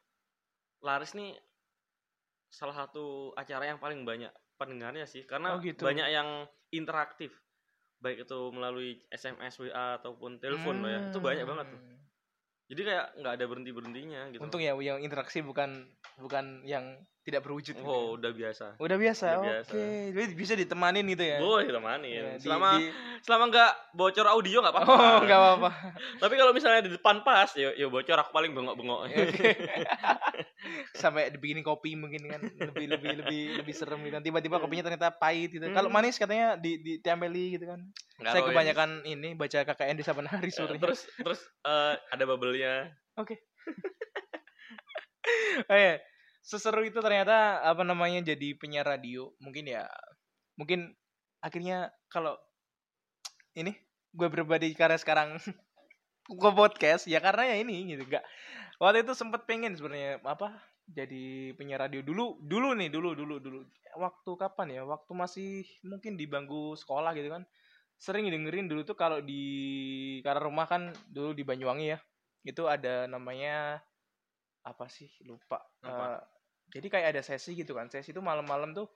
Speaker 3: laris nih salah satu acara yang paling banyak pendengarnya sih
Speaker 1: Oh,
Speaker 3: karena
Speaker 1: gitu.
Speaker 3: banyak yang interaktif baik itu melalui SMS WA ataupun telepon loh ya itu banyak banget tuh. gitu.
Speaker 1: Hmm.
Speaker 3: jadi kayak nggak ada berhenti berhentinya gitu
Speaker 1: Untung ya yang interaksi bukan bukan yang tidak berwujud. gitu
Speaker 3: wow
Speaker 1: ya.
Speaker 3: udah biasa
Speaker 1: Udah biasa.
Speaker 3: Udah biasa.
Speaker 1: Oke. Jadi bisa ditemanin gitu ya.
Speaker 3: boleh temanin
Speaker 1: Ya, di-
Speaker 3: selama
Speaker 1: di-
Speaker 3: selama nggak bocor audio nggak apa-apa
Speaker 1: Oh, enggak apa-apa.
Speaker 3: Tapi kalau misalnya di depan pas, yo yo bocor aku paling bengok-bengok.
Speaker 1: Oke. Sampai dibikinin kopi mungkin kan lebih lebih lebih lebih serem gitu. Tiba-tiba kopinya ternyata pahit gitu. Kalau
Speaker 3: Iya. Hmm.
Speaker 1: manis katanya di di tempeli gitu kan.
Speaker 3: Nggak
Speaker 1: Saya
Speaker 3: tahu ya.
Speaker 1: kebanyakan ini baca KKN di Saban Hari
Speaker 3: Eh,
Speaker 1: sore.
Speaker 3: Terus terus eh, ada bubble-nya.
Speaker 1: eh seseru itu ternyata apa namanya jadi penyiar radio mungkin ya mungkin akhirnya kalau ini gue berbadi karena sekarang gue podcast ya karena ya ini gitu gak waktu itu sempet pengen sebenarnya apa jadi penyiar radio dulu dulu nih dulu dulu dulu waktu kapan ya waktu masih mungkin di bangku sekolah gitu kan sering dengerin dulu tuh kalau di karena rumah kan dulu di Banyuwangi ya itu ada namanya apa sih lupa Eh,
Speaker 3: Apa?
Speaker 1: jadi kayak ada sesi gitu kan sesi itu malam-malam tuh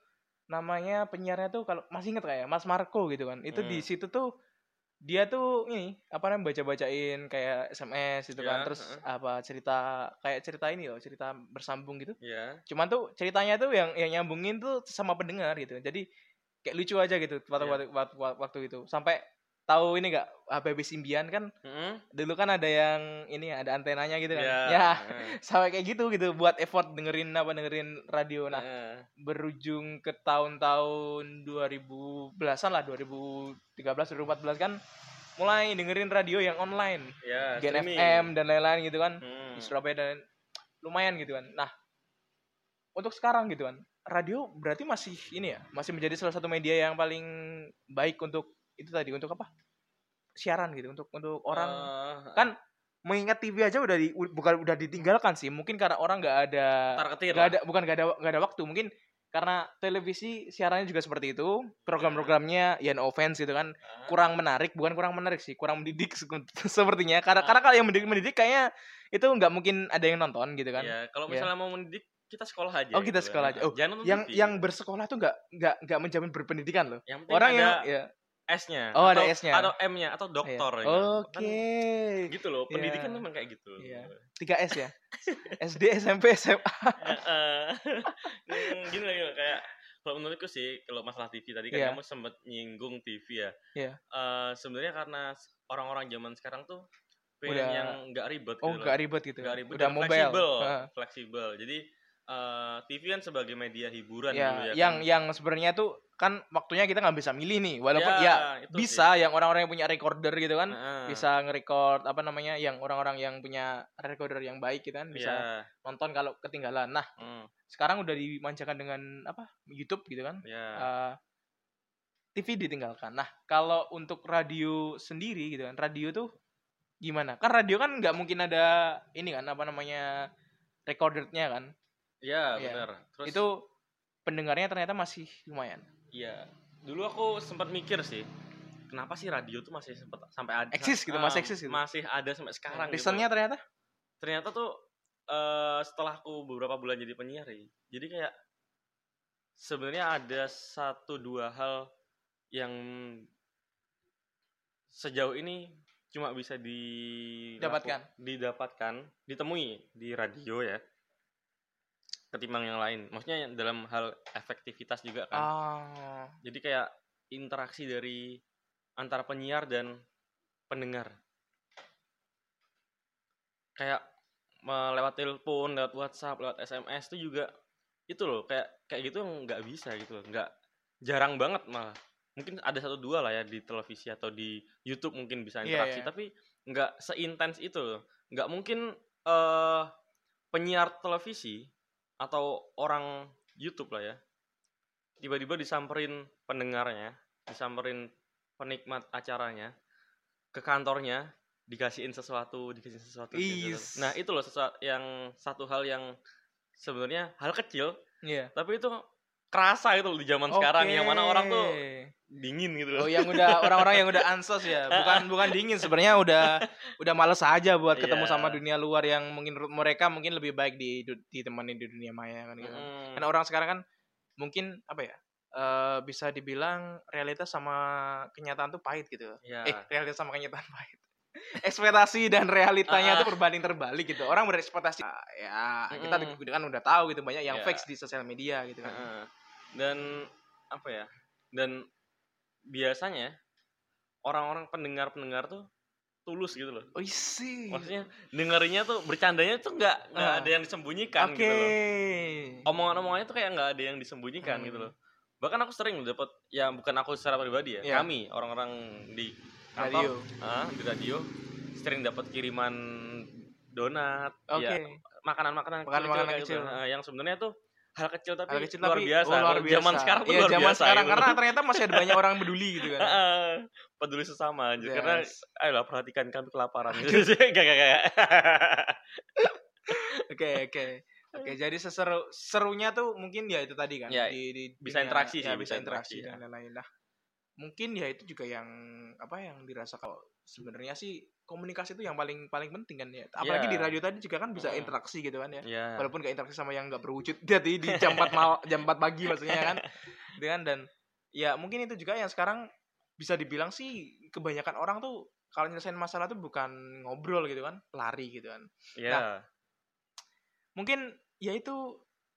Speaker 1: namanya penyiarnya tuh kalau masih inget kayak Mas Marco gitu kan itu di
Speaker 3: Hmm.
Speaker 1: situ tuh dia tuh ini apa namanya baca-bacain kayak SMS gitu kan
Speaker 3: Ya,
Speaker 1: terus
Speaker 3: heeh.
Speaker 1: apa cerita kayak cerita ini loh cerita bersambung gitu
Speaker 3: Ya.
Speaker 1: cuman tuh ceritanya tuh yang yang nyambungin tuh sama pendengar gitu jadi kayak lucu aja gitu waktu
Speaker 3: Iya.
Speaker 1: waktu, waktu, waktu itu sampai tahu ini gak HPB Simbian kan
Speaker 3: Heeh.
Speaker 1: dulu kan ada yang ini ya, ada antenanya gitu kan
Speaker 3: Ya.
Speaker 1: ya
Speaker 3: Heeh.
Speaker 1: sampai kayak gitu gitu buat effort dengerin apa dengerin radio nah
Speaker 3: Heeh.
Speaker 1: berujung ke tahun-tahun 2010-an lah 2013 2014 kan mulai dengerin radio yang online
Speaker 3: ya,
Speaker 1: Gen
Speaker 3: streaming.
Speaker 1: FM dan lain-lain gitu kan
Speaker 3: Hmm.
Speaker 1: di Surabaya dan lumayan gitu kan nah untuk sekarang gitu kan radio berarti masih ini ya masih menjadi salah satu media yang paling baik untuk itu tadi untuk apa siaran gitu untuk untuk orang
Speaker 3: Eh,
Speaker 1: kan mengingat TV aja udah di, u- bukan udah ditinggalkan sih mungkin karena orang nggak ada Kan
Speaker 3: targetir.
Speaker 1: nggak ada bukan nggak ada nggak ada waktu mungkin karena televisi siarannya juga seperti itu program-programnya ya no offense gitu kan
Speaker 3: Ah.
Speaker 1: kurang menarik bukan kurang menarik sih kurang mendidik se- sepertinya karena
Speaker 3: Ah.
Speaker 1: karena kalau yang mendidik mendidik kayaknya itu nggak mungkin ada yang nonton gitu kan
Speaker 3: Ya, kalau
Speaker 1: Ya.
Speaker 3: misalnya mau mendidik kita sekolah aja.
Speaker 1: Oh, kita
Speaker 3: gitu kan.
Speaker 1: sekolah aja. Oh,
Speaker 3: Jangan nonton
Speaker 1: yang
Speaker 3: TV.
Speaker 1: yang bersekolah tuh nggak nggak nggak menjamin berpendidikan loh
Speaker 3: yang penting
Speaker 1: orang
Speaker 3: ada
Speaker 1: yang ya.
Speaker 3: S-nya.
Speaker 1: Oh, ada
Speaker 3: atau-
Speaker 1: S-nya.
Speaker 3: Atau M-nya atau doktor
Speaker 1: Iya.
Speaker 3: gitu.
Speaker 1: oke
Speaker 3: Kan gitu loh,
Speaker 1: Iya.
Speaker 3: pendidikan memang kayak gitu.
Speaker 1: Iya. tiga S ya SD SMP SMA
Speaker 3: Heeh. Hmm, gini lagi loh, kayak kalau menurutku sih kalau masalah TV tadi kan
Speaker 1: Iya.
Speaker 3: kamu sempat nyinggung TV ya.
Speaker 1: Iya.
Speaker 3: Eh, sebenarnya karena orang-orang zaman sekarang tuh pengen
Speaker 1: Udah-
Speaker 3: yang nggak ribet
Speaker 1: oh
Speaker 3: gitu. loh.
Speaker 1: nggak ribet gitu
Speaker 3: Nggak ribet
Speaker 1: udah
Speaker 3: dan
Speaker 1: mobile
Speaker 3: fleksibel,
Speaker 1: Heeh.
Speaker 3: fleksibel. Jadi eh, TV kan sebagai media hiburan
Speaker 1: ya,
Speaker 3: dulu ya.
Speaker 1: yang
Speaker 3: kan.
Speaker 1: yang sebenarnya tuh kan waktunya kita nggak bisa milih nih walaupun
Speaker 3: Ya,
Speaker 1: ya,
Speaker 3: itu
Speaker 1: bisa yang orang-orang yang punya recorder gitu kan
Speaker 3: Heeh.
Speaker 1: bisa nge-record apa namanya yang orang-orang yang punya recorder yang baik gitu kan bisa
Speaker 3: Iya.
Speaker 1: nonton kalau ketinggalan nah
Speaker 3: Hmm,
Speaker 1: sekarang udah dimanjakan dengan apa YouTube gitu kan
Speaker 3: iya.
Speaker 1: Eh, TV ditinggalkan nah kalau untuk radio sendiri gitu kan radio tuh gimana kan radio kan nggak mungkin ada ini kan apa namanya recordernya kan
Speaker 3: Iya,
Speaker 1: iya.
Speaker 3: benar. Terus
Speaker 1: itu pendengarnya ternyata masih lumayan
Speaker 3: Iya. Dulu aku sempat mikir sih, kenapa sih radio tuh masih sempat sampai ada
Speaker 1: Eksis gitu, masih
Speaker 3: Ah,
Speaker 1: eksis gitu.
Speaker 3: Masih ada sampai sekarang gitu.
Speaker 1: Listennya ternyata
Speaker 3: Ternyata tuh eh setelah aku beberapa bulan jadi penyiar, ya, jadi kayak sebenarnya ada satu dua hal yang sejauh ini cuma bisa di
Speaker 1: Dapatkan.
Speaker 3: didapatkan, ditemui di radio ya. Ketimbang yang lain. Maksudnya yang dalam hal efektivitas juga kan
Speaker 1: ah
Speaker 3: jadi kayak interaksi dari antara penyiar dan pendengar kayak me- lewat telepon lewat WhatsApp lewat SMS itu juga itu loh kayak kayak gitu yang nggak bisa gitu loh. nggak jarang banget malah mungkin ada satu dua lah ya di televisi atau di YouTube mungkin bisa
Speaker 1: Iya,
Speaker 3: interaksi
Speaker 1: iya.
Speaker 3: tapi nggak seintens itu loh nggak mungkin eh penyiar televisi atau orang YouTube lah ya tiba-tiba disamperin pendengarnya, disamperin penikmat acaranya ke kantornya, dikasihin sesuatu, dikasihin sesuatu. dikasihin
Speaker 1: Is.
Speaker 3: sesuatu. Nah, itu loh sesuatu yang satu hal yang sebenarnya hal kecil
Speaker 1: Iya.
Speaker 3: tapi itu kerasa itu loh di zaman sekarang yang mana orang tuh dingin gitu
Speaker 1: Oh
Speaker 3: loh
Speaker 1: yang udah orang-orang yang udah ansos ya, bukan bukan dingin sebenarnya udah udah males aja buat ketemu
Speaker 3: Iya.
Speaker 1: sama dunia luar yang mungkin menurut mereka mungkin lebih baik di ditemenin di dunia maya kan gitu.
Speaker 3: Mm.
Speaker 1: Karena orang sekarang kan mungkin apa ya? eh, bisa dibilang realitas sama kenyataan tuh pahit gitu.
Speaker 3: Iya.
Speaker 1: Eh, realitas sama kenyataan pahit. ekspektasi dan
Speaker 3: Ah.
Speaker 1: realitanya tuh berbanding terbalik gitu. Orang berekspektasi ah, ya kita
Speaker 3: Mm-mm.
Speaker 1: kan udah tahu gitu banyak yang
Speaker 3: Iya.
Speaker 1: fake di sosial media gitu kan.
Speaker 3: Heeh. dan apa ya dan biasanya orang-orang pendengar-pendengar tuh tulus gitu loh
Speaker 1: Oh isi.
Speaker 3: maksudnya dengerinnya tuh bercandanya tuh nggak nggak
Speaker 1: Ah.
Speaker 3: ada yang disembunyikan gitu loh
Speaker 1: Oke.
Speaker 3: omongan-omongannya tuh kayak nggak ada yang disembunyikan
Speaker 1: Hmm.
Speaker 3: gitu loh bahkan aku sering dapat ya bukan aku secara pribadi ya
Speaker 1: Iya.
Speaker 3: kami orang-orang di
Speaker 1: Radio.
Speaker 3: kantor ah, di radio sering dapat kiriman donat
Speaker 1: Oke.
Speaker 3: ya makanan-makanan
Speaker 1: Makanan-makanan
Speaker 3: kayak gitu.
Speaker 1: kecil.
Speaker 3: Nah, yang sebenarnya tuh hal kecil tapi,
Speaker 1: Hal kecil
Speaker 3: luar
Speaker 1: tapi
Speaker 3: biasa.
Speaker 1: oh, luar
Speaker 3: Kalau Zaman
Speaker 1: biasa.
Speaker 3: sekarang tuh
Speaker 1: Iya,
Speaker 3: luar
Speaker 1: zaman
Speaker 3: biasa.
Speaker 1: sekarang
Speaker 3: gitu.
Speaker 1: karena ternyata masih ada banyak orang yang peduli gitu kan.
Speaker 3: Heeh. peduli sesama anjir. Karena
Speaker 1: Yes.
Speaker 3: ayolah perhatikan kami kelaparan. Gitu. gak gak gak.
Speaker 1: Oke, oke. Oke, jadi seseru serunya tuh mungkin ya itu tadi kan.
Speaker 3: Ya,
Speaker 1: di, di-
Speaker 3: bisa
Speaker 1: dunia-
Speaker 3: interaksi
Speaker 1: ya,
Speaker 3: sih,
Speaker 1: bisa
Speaker 3: bisa
Speaker 1: interaksi
Speaker 3: interaksi, iya.
Speaker 1: dan lain-lain. Nah, mungkin ya itu juga yang apa yang dirasa kalau sebenarnya sih komunikasi itu yang paling paling penting kan ya. Apalagi
Speaker 3: Ya.
Speaker 1: di radio tadi juga kan bisa
Speaker 3: Mm.
Speaker 1: interaksi gitu kan ya.
Speaker 3: Ya.
Speaker 1: walaupun gak interaksi sama yang gak berwujud jadi di jam 4 mal jam 4 pagi maksudnya kan dengan dan ya mungkin itu juga yang sekarang bisa dibilang sih kebanyakan orang tuh kalau nyelesain masalah tuh bukan ngobrol gitu kan lari gitu kan
Speaker 3: Ya.
Speaker 1: Nah, mungkin ya itu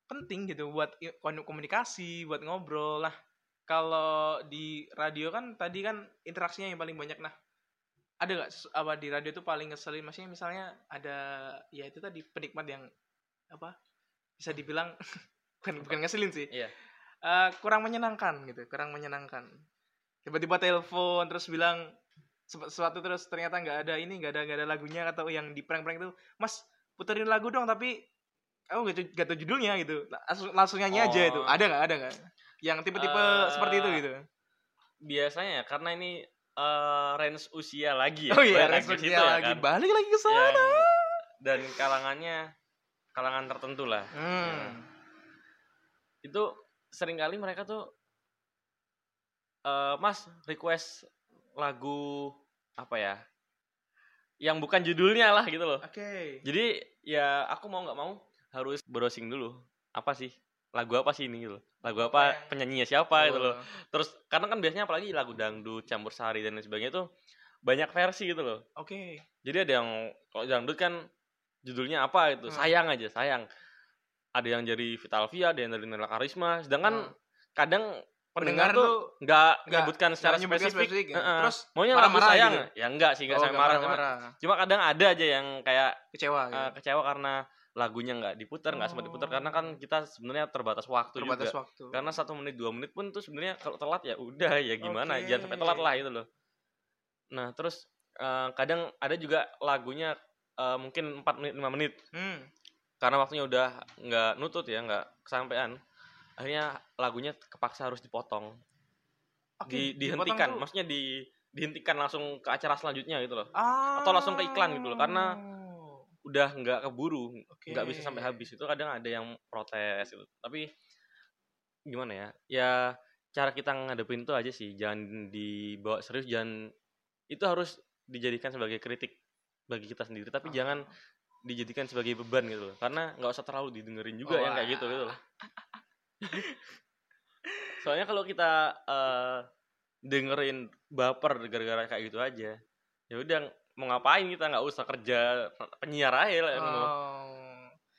Speaker 1: penting gitu buat i- kon- komunikasi buat ngobrol lah kalau di radio kan tadi kan interaksinya yang paling banyak nah ada gak ses- apa di radio tuh paling ngeselin maksudnya misalnya ada ya itu tadi penikmat yang apa bisa dibilang bukan bukan ngeselin sih
Speaker 3: Iya.
Speaker 1: Eh, kurang menyenangkan gitu kurang menyenangkan tiba-tiba telepon terus bilang se- sesuatu terus ternyata nggak ada ini nggak ada nggak ada lagunya atau yang di prank-prank itu mas puterin lagu dong tapi aku gak, ju- gak tau judulnya gitu langsung langsung nyanyi aja itu
Speaker 3: Oh.
Speaker 1: ada nggak ada nggak yang tipe-tipe
Speaker 3: Eh,
Speaker 1: seperti itu gitu
Speaker 3: Biasanya ya, karena ini eh, range usia lagi ya.
Speaker 1: oh iya
Speaker 3: balik
Speaker 1: range
Speaker 3: ke
Speaker 1: usia
Speaker 3: situ ya
Speaker 1: lagi
Speaker 3: kan. iya.
Speaker 1: balik lagi ke sana
Speaker 3: Yang- dan kalangannya kalangan tertentu lah.
Speaker 1: hmm.
Speaker 3: Iya. Itu seringkali mereka tuh eh, Mas request lagu apa ya? Yang bukan judulnya lah gitu loh.
Speaker 1: oke
Speaker 3: Jadi ya aku mau nggak mau harus browsing dulu. Apa sih? Lagu apa sih ini gitu loh. Lagu apa,
Speaker 1: Apa ya? Oh. yang-
Speaker 3: penyanyinya siapa gitu loh. Terus karena kan biasanya apalagi lagu dangdut, campur sari dan lain sebagainya tuh banyak versi gitu loh.
Speaker 1: oke
Speaker 3: Jadi ada yang kalau dangdut kan judulnya apa gitu.
Speaker 1: Hmm.
Speaker 3: Sayang aja, sayang. Ada yang dari Vitalvia, ada yang dari Nela Karisma. Sedangkan
Speaker 1: Hmm.
Speaker 3: kadang
Speaker 1: pendengar
Speaker 3: Kan pendengar, tuh
Speaker 1: tuh
Speaker 3: nggak
Speaker 1: nggak-
Speaker 3: menyebutkan secara
Speaker 1: nggak nyebutkan
Speaker 3: spesifik.
Speaker 1: spesifik, ya.
Speaker 3: Heeh.
Speaker 1: Terus
Speaker 3: maunya lagu
Speaker 1: marah-marah
Speaker 3: sayang.
Speaker 1: gitu?
Speaker 3: Ya enggak sih, enggak
Speaker 1: oh,
Speaker 3: sampai
Speaker 1: nggak
Speaker 3: marah. cuma-
Speaker 1: marah-marah
Speaker 3: Cuma kadang ada aja yang kayak
Speaker 1: kecewa gitu.
Speaker 3: eh, kecewa karena lagunya nggak diputar nggak sempat diputar karena kan kita sebenarnya terbatas waktu
Speaker 1: Oh. terbatas
Speaker 3: juga kan?
Speaker 1: waktu
Speaker 3: karena satu menit dua menit pun tuh sebenarnya kalau telat ya udah ya gimana
Speaker 1: Oke.
Speaker 3: jangan sampai telat lah itu loh nah terus eh, kadang ada juga lagunya eh, mungkin 4 menit 5 menit
Speaker 1: hmm.
Speaker 3: karena waktunya udah nggak nutut ya nggak kesampaian akhirnya lagunya kepaksa harus dipotong
Speaker 1: Oke,
Speaker 3: Di-
Speaker 1: dipotong tuh.
Speaker 3: dihentikan maksudnya di dihentikan langsung ke acara selanjutnya gitu loh
Speaker 1: Ah.
Speaker 3: atau langsung ke iklan gitu loh, karena- udah nggak keburu
Speaker 1: Oke.
Speaker 3: nggak bisa sampai habis itu kadang ada yang protes gitu tapi gimana ya ya cara kita ngadepin itu aja sih jangan dibawa serius jangan itu harus dijadikan sebagai kritik bagi kita sendiri tapi
Speaker 1: Ah.
Speaker 3: jangan dijadikan sebagai beban gitu loh karena nggak usah terlalu didengerin juga yang kayak gitu gitu loh soalnya kalau kita eh, dengerin baper gara-gara kayak gitu aja ya udah mau ngapain kita nggak usah kerja penyiar aja lah gitu yang mau.
Speaker 1: Oh.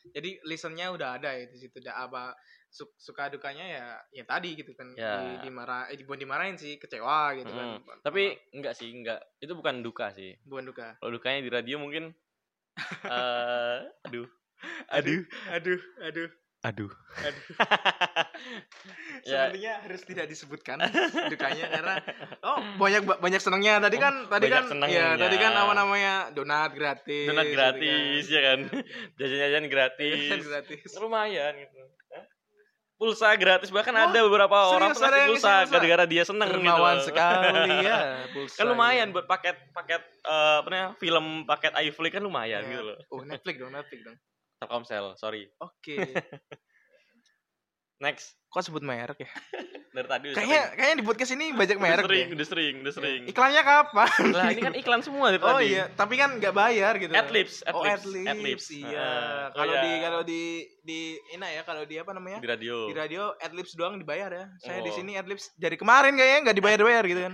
Speaker 1: Jadi listennya udah ada ya di situ udah apa su- suka dukanya ya ya tadi gitu kan
Speaker 3: Ya.
Speaker 1: di, dimarah eh bukan dimarahin sih kecewa gitu kan.
Speaker 3: Tapi enggak sih, enggak. Itu bukan duka sih.
Speaker 1: bukan duka.
Speaker 3: Kalau dukanya di radio mungkin eh aduh. Aduh,
Speaker 1: Aduh, aduh.
Speaker 3: aduh.
Speaker 1: Aduh.
Speaker 3: ya,
Speaker 1: Sepertinya harus tidak disebutkan dukanya karena oh banyak ba- banyak senangnya tadi kan tadi
Speaker 3: Oh, Banyak
Speaker 1: kan ya
Speaker 3: senangnya.
Speaker 1: tadi kan apa namanya donat gratis.
Speaker 3: donat
Speaker 1: gitu kan.
Speaker 3: gratis ya kan. Jajan-jajan
Speaker 1: Jajan
Speaker 3: gratis.
Speaker 1: Iya, gratis.
Speaker 3: Lumayan gitu. Hah? Pulsa gratis bahkan
Speaker 1: Wah,
Speaker 3: ada beberapa
Speaker 1: serius
Speaker 3: orang
Speaker 1: ada
Speaker 3: tuh ngasih
Speaker 1: yang ngisi
Speaker 3: pulsa
Speaker 1: pulsa?
Speaker 3: gara-gara dia seneng gitu.
Speaker 1: Dermawan sekali ya. pulsa
Speaker 3: Kan lumayan
Speaker 1: gitu.
Speaker 3: buat paket paket eh apa namanya film paket iFlix kan lumayan
Speaker 1: Ya.
Speaker 3: gitu loh.
Speaker 1: Oh Netflix dong Netflix dong.
Speaker 3: Telkomsel, sorry.
Speaker 1: Oke.
Speaker 3: Next,
Speaker 1: Kok sebut merek ya?
Speaker 3: dari tadi udah
Speaker 1: Kayaknya
Speaker 3: sering.
Speaker 1: kayaknya di podcast ini banyak
Speaker 3: Udah
Speaker 1: merek.
Speaker 3: sering,
Speaker 1: deh.
Speaker 3: udah sering, udah sering.
Speaker 1: Iklannya kapan?
Speaker 3: Lah, ini kan iklan semua dari
Speaker 1: Oh
Speaker 3: tadi.
Speaker 1: iya, tapi kan nggak bayar gitu.
Speaker 3: Adlibs,
Speaker 1: oh,
Speaker 3: Adlibs,
Speaker 1: Adlibs,
Speaker 3: Adlibs.
Speaker 1: Iya.
Speaker 3: Ah, oh
Speaker 1: kalau di
Speaker 3: iya.
Speaker 1: kalau di di enak ya kalau di apa namanya?
Speaker 3: Di radio.
Speaker 1: Di radio Adlibs doang dibayar ya. Saya di
Speaker 3: Oh.
Speaker 1: sini Adlibs dari kemarin kayaknya nggak dibayar-bayar gitu kan.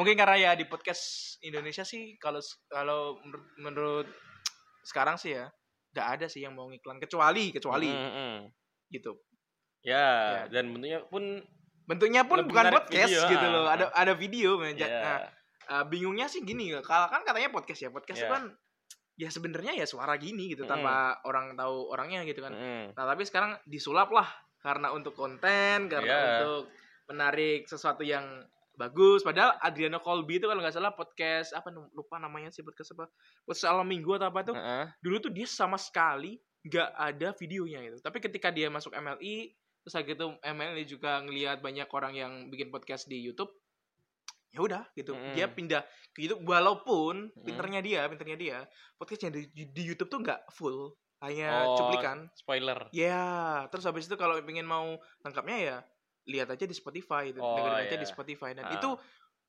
Speaker 1: Mungkin karena ya di podcast Indonesia sih kalau kalau menurut, menurut sekarang sih ya nggak ada sih yang mau ngiklan kecuali kecuali
Speaker 3: Mm, mm, mm.
Speaker 1: gitu. Ya.
Speaker 3: Ya, dan bentuknya pun
Speaker 1: Bentuknya pun
Speaker 3: Lebih
Speaker 1: bukan
Speaker 3: menarik
Speaker 1: podcast
Speaker 3: video,
Speaker 1: gitu
Speaker 3: ah,
Speaker 1: loh.
Speaker 3: ah.
Speaker 1: Ada ada video men.
Speaker 3: ya.
Speaker 1: Nah, Eh, bingungnya sih gini kalau kan katanya podcast ya podcast itu
Speaker 3: Iya.
Speaker 1: kan ya sebenarnya ya suara gini gitu
Speaker 3: Mm-mm.
Speaker 1: tanpa orang tahu orangnya gitu kan
Speaker 3: Mm.
Speaker 1: nah tapi sekarang disulap lah karena untuk konten karena
Speaker 3: Iya.
Speaker 1: untuk menarik sesuatu yang bagus padahal Adriano Colby itu kalau nggak salah podcast apa lupa namanya sih podcast apa podcast alam minggu atau apa tuh
Speaker 3: Heeh.
Speaker 1: dulu tuh dia sama sekali nggak ada videonya gitu. Tapi ketika dia masuk MLI, terus lagi itu MLI juga ngelihat banyak orang yang bikin podcast di YouTube, ya udah gitu.
Speaker 3: Mm.
Speaker 1: Dia pindah ke YouTube walaupun
Speaker 3: Mm.
Speaker 1: pinternya dia, pinternya dia, podcastnya di, di YouTube tuh nggak full, hanya
Speaker 3: Oh.
Speaker 1: cuplikan.
Speaker 3: Spoiler.
Speaker 1: Ya, terus habis itu kalau pengen mau lengkapnya ya lihat aja di Spotify, gitu.
Speaker 3: Oh,
Speaker 1: dengerin aja
Speaker 3: iya.
Speaker 1: di Spotify. Dan
Speaker 3: Ah.
Speaker 1: itu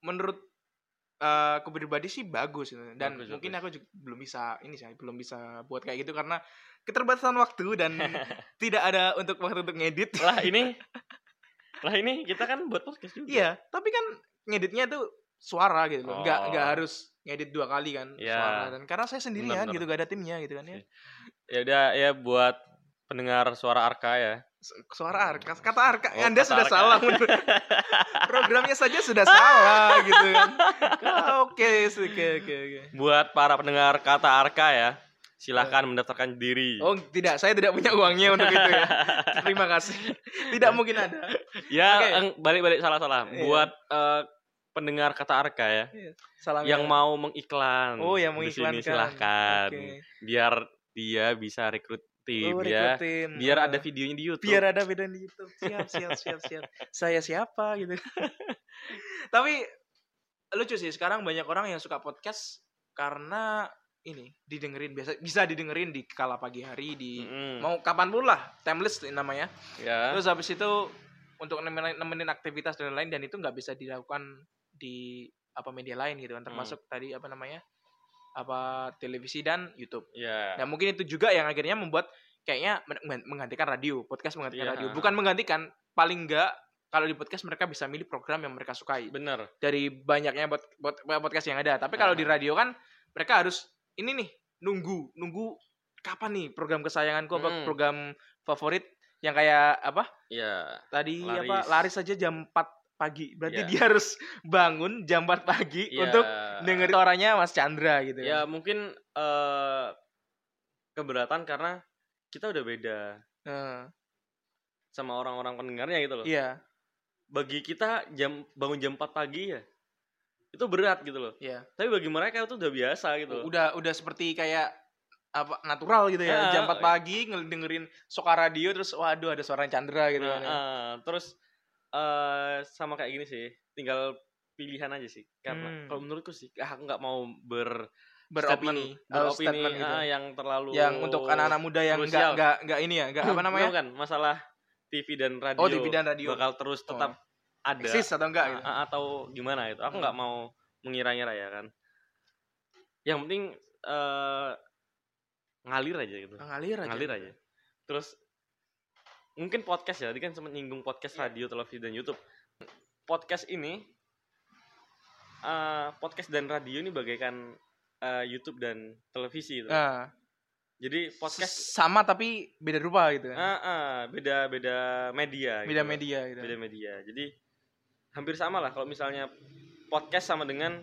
Speaker 1: menurut eh, aku pribadi sih bagus gitu. Dan
Speaker 3: Bagus,
Speaker 1: mungkin aku juga belum bisa ini sih, belum bisa buat kayak gitu karena keterbatasan waktu dan tidak ada untuk waktu untuk ngedit.
Speaker 3: lah ini lah ini kita kan buat podcast juga.
Speaker 1: Iya, tapi kan ngeditnya tuh suara gitu loh. Nggak
Speaker 3: Oh.
Speaker 1: nggak harus ngedit dua kali kan
Speaker 3: Iya.
Speaker 1: suara dan karena saya sendirian
Speaker 3: Bener-bener.
Speaker 1: gitu gak ada timnya gitu kan ya.
Speaker 3: Ya udah ya buat pendengar suara Arka ya.
Speaker 1: Su- Suara Arka, kata Arka,
Speaker 3: Oh,
Speaker 1: Anda
Speaker 3: kata
Speaker 1: sudah
Speaker 3: Arka.
Speaker 1: salah menurut programnya saja sudah salah gitu kan. Oke, oke, oke, oke.
Speaker 3: Buat para pendengar kata Arka ya. Silahkan mendaftarkan
Speaker 1: Iya.
Speaker 3: diri.
Speaker 1: Oh, tidak, saya tidak punya uangnya untuk itu ya. Terima kasih. Tidak mungkin ada.
Speaker 3: ya
Speaker 1: oke.
Speaker 3: eng- balik-balik salah-salah.
Speaker 1: Iya.
Speaker 3: Buat eh, pendengar kata Arka ya.
Speaker 1: Salam
Speaker 3: Yang mau mengiklan.
Speaker 1: Oh, yang
Speaker 3: di
Speaker 1: mengiklankan.
Speaker 3: sini silahkan.
Speaker 1: Oke.
Speaker 3: Biar dia bisa rekrut tim
Speaker 1: Oh,
Speaker 3: ya.
Speaker 1: rekrutin.
Speaker 3: Biar ada
Speaker 1: Ah.
Speaker 3: videonya di YouTube.
Speaker 1: biar ada beda di YouTube. Siap, siap, siap, siap. Saya siapa gitu. Tapi lucu sih sekarang banyak orang yang suka podcast karena ini didengerin biasa bisa didengerin di kala pagi hari di
Speaker 3: Mm-mm.
Speaker 1: mau kapanpun lah timeless namanya
Speaker 3: ya.
Speaker 1: terus habis itu untuk nemenin, nemenin aktivitas dan lain dan itu nggak bisa dilakukan di apa media lain gitu kan termasuk tadi apa namanya apa televisi dan YouTube
Speaker 3: Ya.
Speaker 1: Nah mungkin itu juga yang akhirnya membuat kayaknya men- menggantikan radio, podcast menggantikan
Speaker 3: Iya.
Speaker 1: radio. Bukan menggantikan, paling enggak kalau di podcast mereka bisa milih program yang mereka sukai
Speaker 3: Bener.
Speaker 1: dari banyaknya pod- pod- podcast yang ada. Tapi kalau
Speaker 3: Ah.
Speaker 1: di radio kan mereka harus ini nih nunggu nunggu kapan nih program kesayanganku apa
Speaker 3: Mm.
Speaker 1: program favorit yang kayak apa
Speaker 3: Ya.
Speaker 1: tadi apa
Speaker 3: Laris.
Speaker 1: laris aja jam 4 pagi. Berarti
Speaker 3: Iya.
Speaker 1: dia harus bangun jam 4 pagi
Speaker 3: Ya.
Speaker 1: untuk dengerin suaranya Mas Chandra gitu.
Speaker 3: Ya mungkin eh keberatan karena kita udah beda
Speaker 1: Nah,
Speaker 3: sama orang-orang pendengarnya gitu loh.
Speaker 1: iya,
Speaker 3: Bagi kita jam bangun jam 4 pagi ya itu berat gitu loh.
Speaker 1: iya.
Speaker 3: Tapi bagi mereka itu udah biasa gitu loh.
Speaker 1: udah udah seperti kayak apa natural gitu ya
Speaker 3: Ya,
Speaker 1: jam 4 pagi ngedengerin soka radio terus waduh ada suara Chandra gitu
Speaker 3: Nah,
Speaker 1: kan
Speaker 3: eh, terus eh sama kayak gini sih, tinggal pilihan aja sih. Karena
Speaker 1: Hmm.
Speaker 3: kalau menurutku sih ah, aku nggak mau ber
Speaker 1: beropini
Speaker 3: statement- beropini,
Speaker 1: Oh, statement gitu.
Speaker 3: ah, yang terlalu
Speaker 1: yang untuk anak-anak muda yang enggak
Speaker 3: krusial.
Speaker 1: enggak enggak ini ya enggak apa namanya
Speaker 3: Bukan, kan? masalah TV dan radio.
Speaker 1: oh TV dan radio Oh.
Speaker 3: bakal terus tetap ada.
Speaker 1: eksis atau enggak gitu. Hmm.
Speaker 3: A- a- atau gimana itu aku nggak mau mengira-ngira ya kan yang penting eh ngalir aja gitu
Speaker 1: Nah, ngalir aja
Speaker 3: ngalir aja terus mungkin podcast ya tadi kan sempat nyinggung
Speaker 1: Iya.
Speaker 3: podcast radio televisi dan YouTube podcast ini eh podcast dan radio ini bagaikan eh, YouTube dan televisi gitu.
Speaker 1: Nah,
Speaker 3: jadi podcast
Speaker 1: podcast sama tapi beda rupa gitu kan.
Speaker 3: ah, ah, beda beda media
Speaker 1: beda
Speaker 3: gitu.
Speaker 1: media gitu
Speaker 3: beda media. Jadi hampir sama lah kalau misalnya podcast sama dengan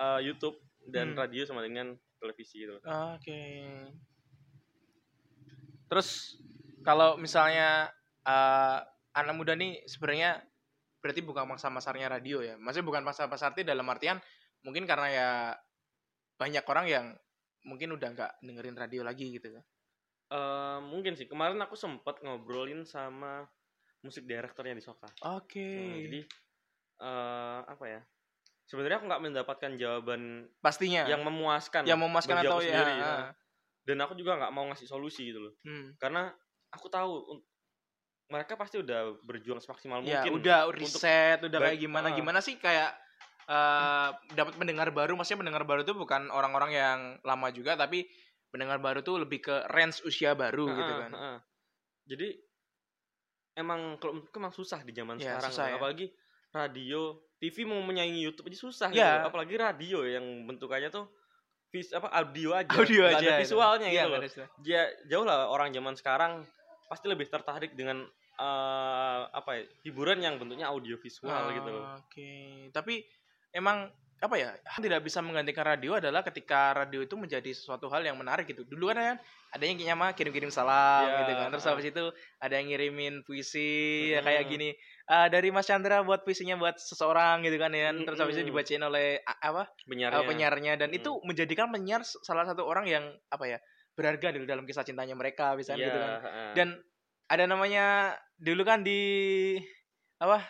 Speaker 3: eh, YouTube dan
Speaker 1: Hmm.
Speaker 3: radio sama dengan televisi gitu.
Speaker 1: oke terus kalau misalnya eh, anak muda nih sebenarnya berarti bukan mangsa pasarnya radio ya maksudnya bukan mangsa pasar arti dalam artian mungkin karena ya banyak orang yang mungkin udah nggak dengerin radio lagi gitu kan
Speaker 3: Eh, mungkin sih kemarin aku sempat ngobrolin sama musik direkturnya di Soka.
Speaker 1: oke
Speaker 3: Hmm, jadi eh, apa ya? Sebenarnya aku nggak mendapatkan jawaban
Speaker 1: pastinya
Speaker 3: yang memuaskan.
Speaker 1: yang memuaskan
Speaker 3: bagi
Speaker 1: atau
Speaker 3: aku
Speaker 1: ya
Speaker 3: sendiri,
Speaker 1: ah.
Speaker 3: nah. dan aku juga nggak mau ngasih solusi gitu loh
Speaker 1: Hmm.
Speaker 3: karena aku tahu un- mereka pasti udah berjuang semaksimal
Speaker 1: Ya
Speaker 3: mungkin
Speaker 1: udah
Speaker 3: untuk-
Speaker 1: riset, udah kayak
Speaker 3: baik-
Speaker 1: gimana
Speaker 3: ah.
Speaker 1: gimana sih kayak eh dapat pendengar baru, maksudnya pendengar baru tuh bukan orang-orang yang lama juga tapi pendengar baru tuh lebih ke range usia baru gitu
Speaker 3: Heeh,
Speaker 1: kan.
Speaker 3: heeh. Jadi emang kalau menurutku emang susah di zaman
Speaker 1: Ya,
Speaker 3: sekarang
Speaker 1: susah
Speaker 3: kan.
Speaker 1: ya.
Speaker 3: apalagi radio, TV mau menyaingi YouTube aja susah
Speaker 1: Ya.
Speaker 3: gitu. Apalagi radio yang bentukannya tuh vis apa audio aja,
Speaker 1: Iya, Audio
Speaker 3: nggak
Speaker 1: aja.
Speaker 3: ada
Speaker 1: itu.
Speaker 3: visualnya
Speaker 1: Iya,
Speaker 3: gitu
Speaker 1: nggak
Speaker 3: loh.
Speaker 1: ada istilah.
Speaker 3: Ya, jauh lah orang zaman sekarang pasti lebih tertarik dengan eh, apa ya, hiburan yang bentuknya audio visual gitu loh.
Speaker 1: Ah, Oke. Tapi emang apa ya yang tidak bisa menggantikan radio adalah ketika radio itu menjadi sesuatu hal yang menarik gitu dulu kan kan ada yang kayaknya mah kirim-kirim salam
Speaker 3: Ya,
Speaker 1: gitu kan terus
Speaker 3: ah.
Speaker 1: habis itu ada yang ngirimin puisi ya kayak
Speaker 3: Hmm.
Speaker 1: gini "Ah, dari Mas Chandra buat puisinya buat seseorang gitu kan ya terus habis itu
Speaker 3: Mm-mm.
Speaker 1: dibacain oleh a- apa
Speaker 3: Penyiarnya.
Speaker 1: uh, penyiarnya dan
Speaker 3: Mm.
Speaker 1: itu menjadikan penyiar s- salah satu orang yang apa ya berharga dulu dalam kisah cintanya mereka misalnya
Speaker 3: Iya,
Speaker 1: gitu kan
Speaker 3: heeh.
Speaker 1: dan ada namanya dulu kan di apa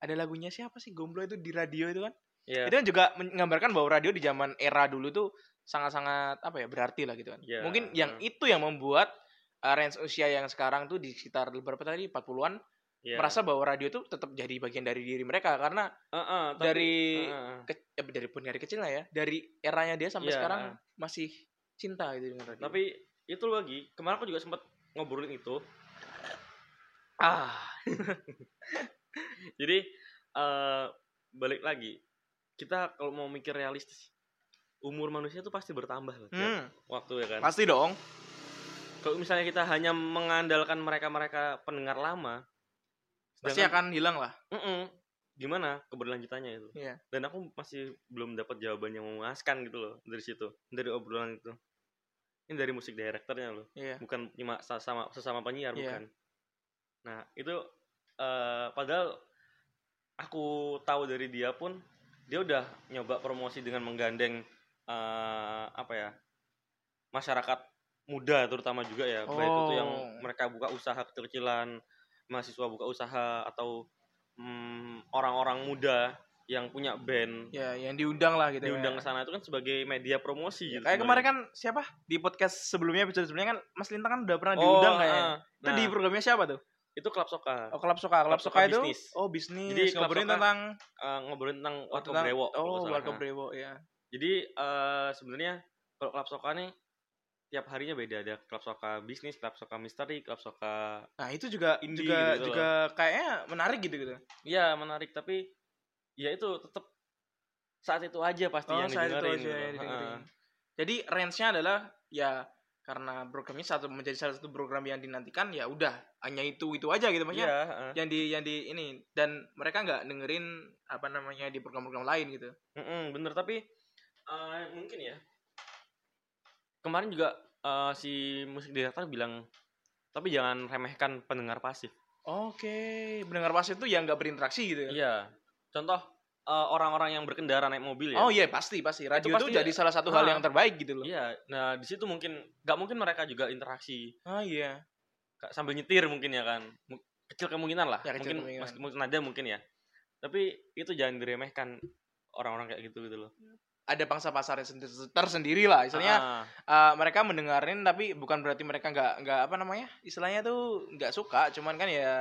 Speaker 1: ada lagunya siapa sih gomblo itu di radio itu kan
Speaker 3: Iya.
Speaker 1: itu kan juga menggambarkan bahwa radio di zaman era dulu tuh sangat-sangat apa ya berarti lah gitu kan
Speaker 3: Iya,
Speaker 1: mungkin yang
Speaker 3: heeh.
Speaker 1: itu yang membuat uh, range usia yang sekarang tuh di sekitar berapa tadi 40-an
Speaker 3: Iya.
Speaker 1: merasa bahwa radio tuh tetap jadi bagian dari diri mereka karena
Speaker 3: Heeh, tapi-
Speaker 1: dari
Speaker 3: heeh.
Speaker 1: ke, ya, dari pun dari kecil lah ya dari eranya dia sampai
Speaker 3: Iya.
Speaker 1: sekarang masih cinta gitu dengan radio
Speaker 3: Tapi itu lagi, kemarin aku juga sempat ngobrolin itu.
Speaker 1: ah
Speaker 3: Jadi eh balik lagi, kita kalau mau mikir realistis, umur manusia itu pasti bertambah loh, tiap
Speaker 1: hmm,
Speaker 3: waktu ya kan.
Speaker 1: pasti dong
Speaker 3: Kalau misalnya kita hanya mengandalkan mereka-mereka pendengar lama,
Speaker 1: pasti
Speaker 3: sedangkan-
Speaker 1: akan hilang lah
Speaker 3: Mm-mm. gimana keberlanjutannya itu?
Speaker 1: Iya.
Speaker 3: Dan aku masih belum dapat jawaban yang memuaskan gitu loh dari situ, dari obrolan itu. Ini dari musik direkturnya loh.
Speaker 1: iya
Speaker 3: bukan cuma sesama sesama penyiar
Speaker 1: Iya.
Speaker 3: bukan nah itu eh, padahal aku tahu dari dia pun dia udah nyoba promosi dengan menggandeng eh, apa ya masyarakat muda terutama juga ya baik itu yang
Speaker 1: Oh.
Speaker 3: mereka buka usaha kecil-kecilan mahasiswa buka usaha atau mm, orang-orang muda yang punya band
Speaker 1: ya yang diundang lah gitu
Speaker 3: diundang ke
Speaker 1: ya.
Speaker 3: sana itu kan sebagai media promosi
Speaker 1: Ya,
Speaker 3: gitu
Speaker 1: kayak kemarin
Speaker 3: sebenarnya.
Speaker 1: kan siapa di podcast sebelumnya episode sebelumnya kan Mas Lintang kan udah pernah diundang kayak
Speaker 3: ah,
Speaker 1: itu di
Speaker 3: nah,
Speaker 1: programnya siapa tuh
Speaker 3: itu klub soka
Speaker 1: oh Kelab Soka
Speaker 3: Kelab
Speaker 1: Kelab
Speaker 3: Soka
Speaker 1: Soka itu
Speaker 3: bisnis.
Speaker 1: oh bisnis
Speaker 3: Jadi
Speaker 1: jadi
Speaker 3: Kelab
Speaker 1: ngobrolin
Speaker 3: Soka
Speaker 1: tentang
Speaker 3: eh, ngobrolin tentang
Speaker 1: oh,
Speaker 3: warkop
Speaker 1: tentang
Speaker 3: brewok. kalau
Speaker 1: oh
Speaker 3: nggak salah.
Speaker 1: Warkop
Speaker 3: Nah,
Speaker 1: Brewo ya
Speaker 3: Jadi eh, sebenarnya kalau klub soka nih tiap harinya beda ada klub soka bisnis, klub soka misteri, klub soka
Speaker 1: nah itu juga
Speaker 3: Indie gitu
Speaker 1: juga
Speaker 3: gitu-gitu
Speaker 1: juga kayaknya menarik gitu gitu
Speaker 3: ya menarik tapi ya itu tetap saat itu aja pasti yang
Speaker 1: saat Oh, itu
Speaker 3: didengerin.
Speaker 1: aja
Speaker 3: gitu.
Speaker 1: yang didengerin.
Speaker 3: Heeh.
Speaker 1: Jadi range-nya adalah ya karena programnya satu menjadi salah satu program yang dinantikan ya udah hanya itu itu aja gitu
Speaker 3: Iya,
Speaker 1: maksudnya
Speaker 3: heeh.
Speaker 1: yang di yang di ini dan mereka nggak dengerin apa namanya di program-program lain gitu.
Speaker 3: Mm-mm, bener tapi eh, mungkin ya kemarin juga eh, si musik director bilang tapi jangan remehkan pendengar pasif.
Speaker 1: Oke, mendengar pas itu yang nggak berinteraksi gitu ya.
Speaker 3: Iya. Contoh eh, orang-orang yang berkendara naik mobil ya.
Speaker 1: Oh iya pasti pasti radio itu
Speaker 3: pasti-
Speaker 1: jadi salah satu hal
Speaker 3: Ah.
Speaker 1: yang terbaik gitu loh.
Speaker 3: Iya, nah di situ mungkin nggak mungkin mereka juga interaksi
Speaker 1: Ah iya.
Speaker 3: Ka- sambil nyetir mungkin ya kan. Mu- Kecil kemungkinan lah.
Speaker 1: Ya, kecil kemungkinan.
Speaker 3: mungkin meskipun ada mungkin ya. Tapi itu jangan diremehkan orang-orang kayak gitu gitu loh.
Speaker 1: Ada pangsa pasarnya sendi- tersendiri lah. Istilahnya
Speaker 3: Ah,
Speaker 1: eh, mereka mendengarin tapi bukan berarti mereka nggak nggak apa namanya? Istilahnya tuh nggak suka, cuman kan ya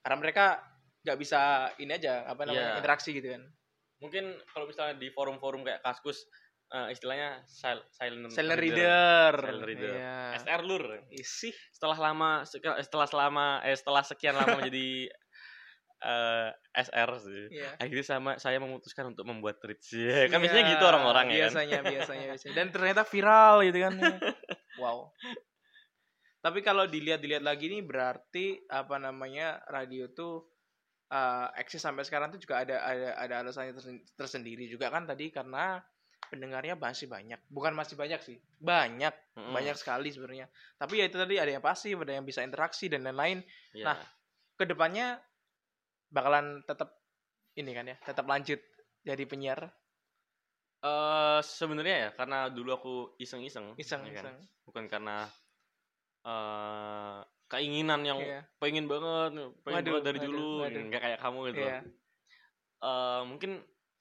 Speaker 1: karena mereka nggak bisa ini aja apa namanya
Speaker 3: Iya.
Speaker 1: interaksi gitu kan.
Speaker 3: mungkin kalau misalnya di forum-forum kayak Kaskus eh, istilahnya sil- silent,
Speaker 1: Silent reader.
Speaker 3: Silent reader.
Speaker 1: Iya.
Speaker 3: SR lur.
Speaker 1: Isi.
Speaker 3: Setelah lama sek- setelah selama eh setelah sekian lama menjadi eh, SR sih.
Speaker 1: Iya.
Speaker 3: Akhirnya sama saya memutuskan untuk membuat tweets. Ya, kan biasanya gitu orang-orang ya. kan?
Speaker 1: Iya, Biasanya, biasanya, biasanya. Dan ternyata viral gitu kan. wow. Tapi kalau dilihat-dilihat lagi nih berarti apa namanya radio tuh eh, eksis sampai sekarang tuh juga ada ada ada alasannya tersen- tersendiri juga kan tadi karena pendengarnya masih banyak. Bukan masih banyak sih. Banyak,
Speaker 3: Mm-mm.
Speaker 1: banyak sekali sebenarnya. Tapi ya itu tadi ada yang pasif, ada yang bisa interaksi dan lain-lain.
Speaker 3: Iya.
Speaker 1: Nah, Kedepannya bakalan tetap ini kan ya, tetap lanjut jadi penyiar
Speaker 3: Eh sebenarnya ya karena dulu aku iseng-iseng, ya kan?
Speaker 1: iseng-iseng.
Speaker 3: bukan karena eh keinginan yang
Speaker 1: Iya.
Speaker 3: pengen banget, pengen
Speaker 1: Waduh,
Speaker 3: banget dari
Speaker 1: waduh,
Speaker 3: dulu,
Speaker 1: waduh.
Speaker 3: nggak kayak kamu gitu.
Speaker 1: Iya.
Speaker 3: Eh, mungkin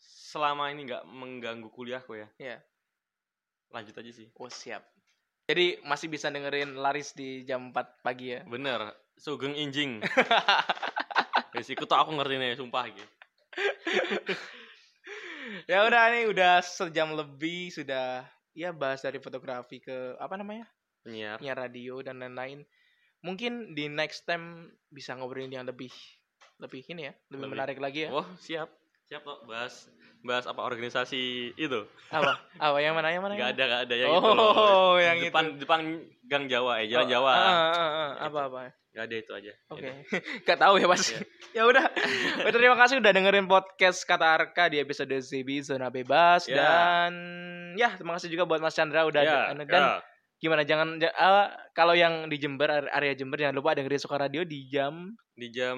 Speaker 3: selama ini nggak mengganggu kuliahku ya.
Speaker 1: Iya.
Speaker 3: Lanjut aja sih.
Speaker 1: Oh siap. Jadi masih bisa dengerin Laris di jam 4 pagi ya.
Speaker 3: Bener, sugeng injing. Dari siku tuh aku ngerti nih, sumpah gitu.
Speaker 1: Ya udah nih udah sejam lebih sudah ya bahas dari fotografi ke apa namanya?
Speaker 3: Penyiar.
Speaker 1: penyiar radio dan lain-lain. Mungkin di next time bisa ngobrolin yang lebih lebih ini ya, lebih,
Speaker 3: Lebih.
Speaker 1: menarik lagi ya.
Speaker 3: Wah, siap. Siap kok bahas bahas apa organisasi itu.
Speaker 1: Apa? Apa Ah, yang mana yang mana? yang
Speaker 3: Gak ada, gak ada yang
Speaker 1: Oh,
Speaker 3: itu. loh.
Speaker 1: yang
Speaker 3: depan,
Speaker 1: itu.
Speaker 3: Depan Gang Jawa, eh
Speaker 1: mana?
Speaker 3: Jalan
Speaker 1: Oh,
Speaker 3: Jawa.
Speaker 1: ah, ah, ah, ah,
Speaker 3: Itu.
Speaker 1: Apa-apa.
Speaker 3: Gak ada itu aja. Gitu.
Speaker 1: Oke.
Speaker 3: Itu.
Speaker 1: Gak tahu ya pasti. ya udah. Terima kasih udah dengerin podcast Kata Arka di episode ZB Zona Bebas
Speaker 3: Ya.
Speaker 1: dan ya terima kasih juga buat Mas Chandra udah
Speaker 3: Ya,
Speaker 1: dan
Speaker 3: ya.
Speaker 1: gimana jangan ja- ah, kalau yang di Jember are- area Jember jangan lupa dengerin Suka Radio di jam
Speaker 3: Di jam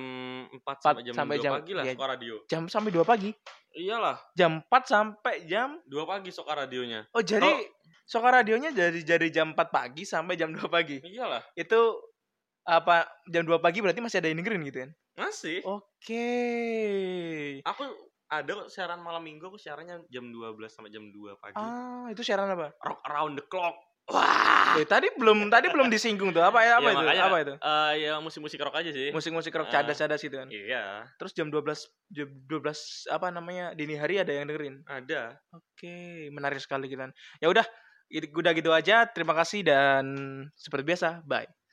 Speaker 3: 4 sampai jam
Speaker 1: sampai
Speaker 3: 2
Speaker 1: jam-
Speaker 3: pagi lah
Speaker 1: iya.
Speaker 3: suka radio.
Speaker 1: jam sampai 2 pagi.
Speaker 3: Iyalah,
Speaker 1: Jam 4 sampai jam
Speaker 3: 2 pagi suka radionya.
Speaker 1: Oh, jadi Suka Radionya dari dari jam 4 pagi sampai jam 2 pagi.
Speaker 3: Iyalah,
Speaker 1: Itu apa jam 2 pagi berarti masih ada yang dengerin gitu kan?
Speaker 3: masih.
Speaker 1: Oke.
Speaker 3: Aku ada kok siaran malam minggu aku siarannya jam 12 sampai jam 2 pagi.
Speaker 1: Ah, itu siaran apa?
Speaker 3: Rock around the clock.
Speaker 1: Eh, tadi belum tadi belum disinggung tuh. Apa ya apa
Speaker 3: Ya,
Speaker 1: itu?
Speaker 3: makanya.
Speaker 1: Apa itu?
Speaker 3: Eh ya musik-musik rock aja sih.
Speaker 1: Musik-musik rock
Speaker 3: Ah.
Speaker 1: cadas-cadas gitu kan.
Speaker 3: Iya,
Speaker 1: Terus jam 12 jam 12 apa namanya? dini hari ada yang dengerin.
Speaker 3: ada.
Speaker 1: Oke, gitu menarik sekali gitu kan. Ya udah, itu- udah gitu aja. Terima kasih dan seperti biasa, bye.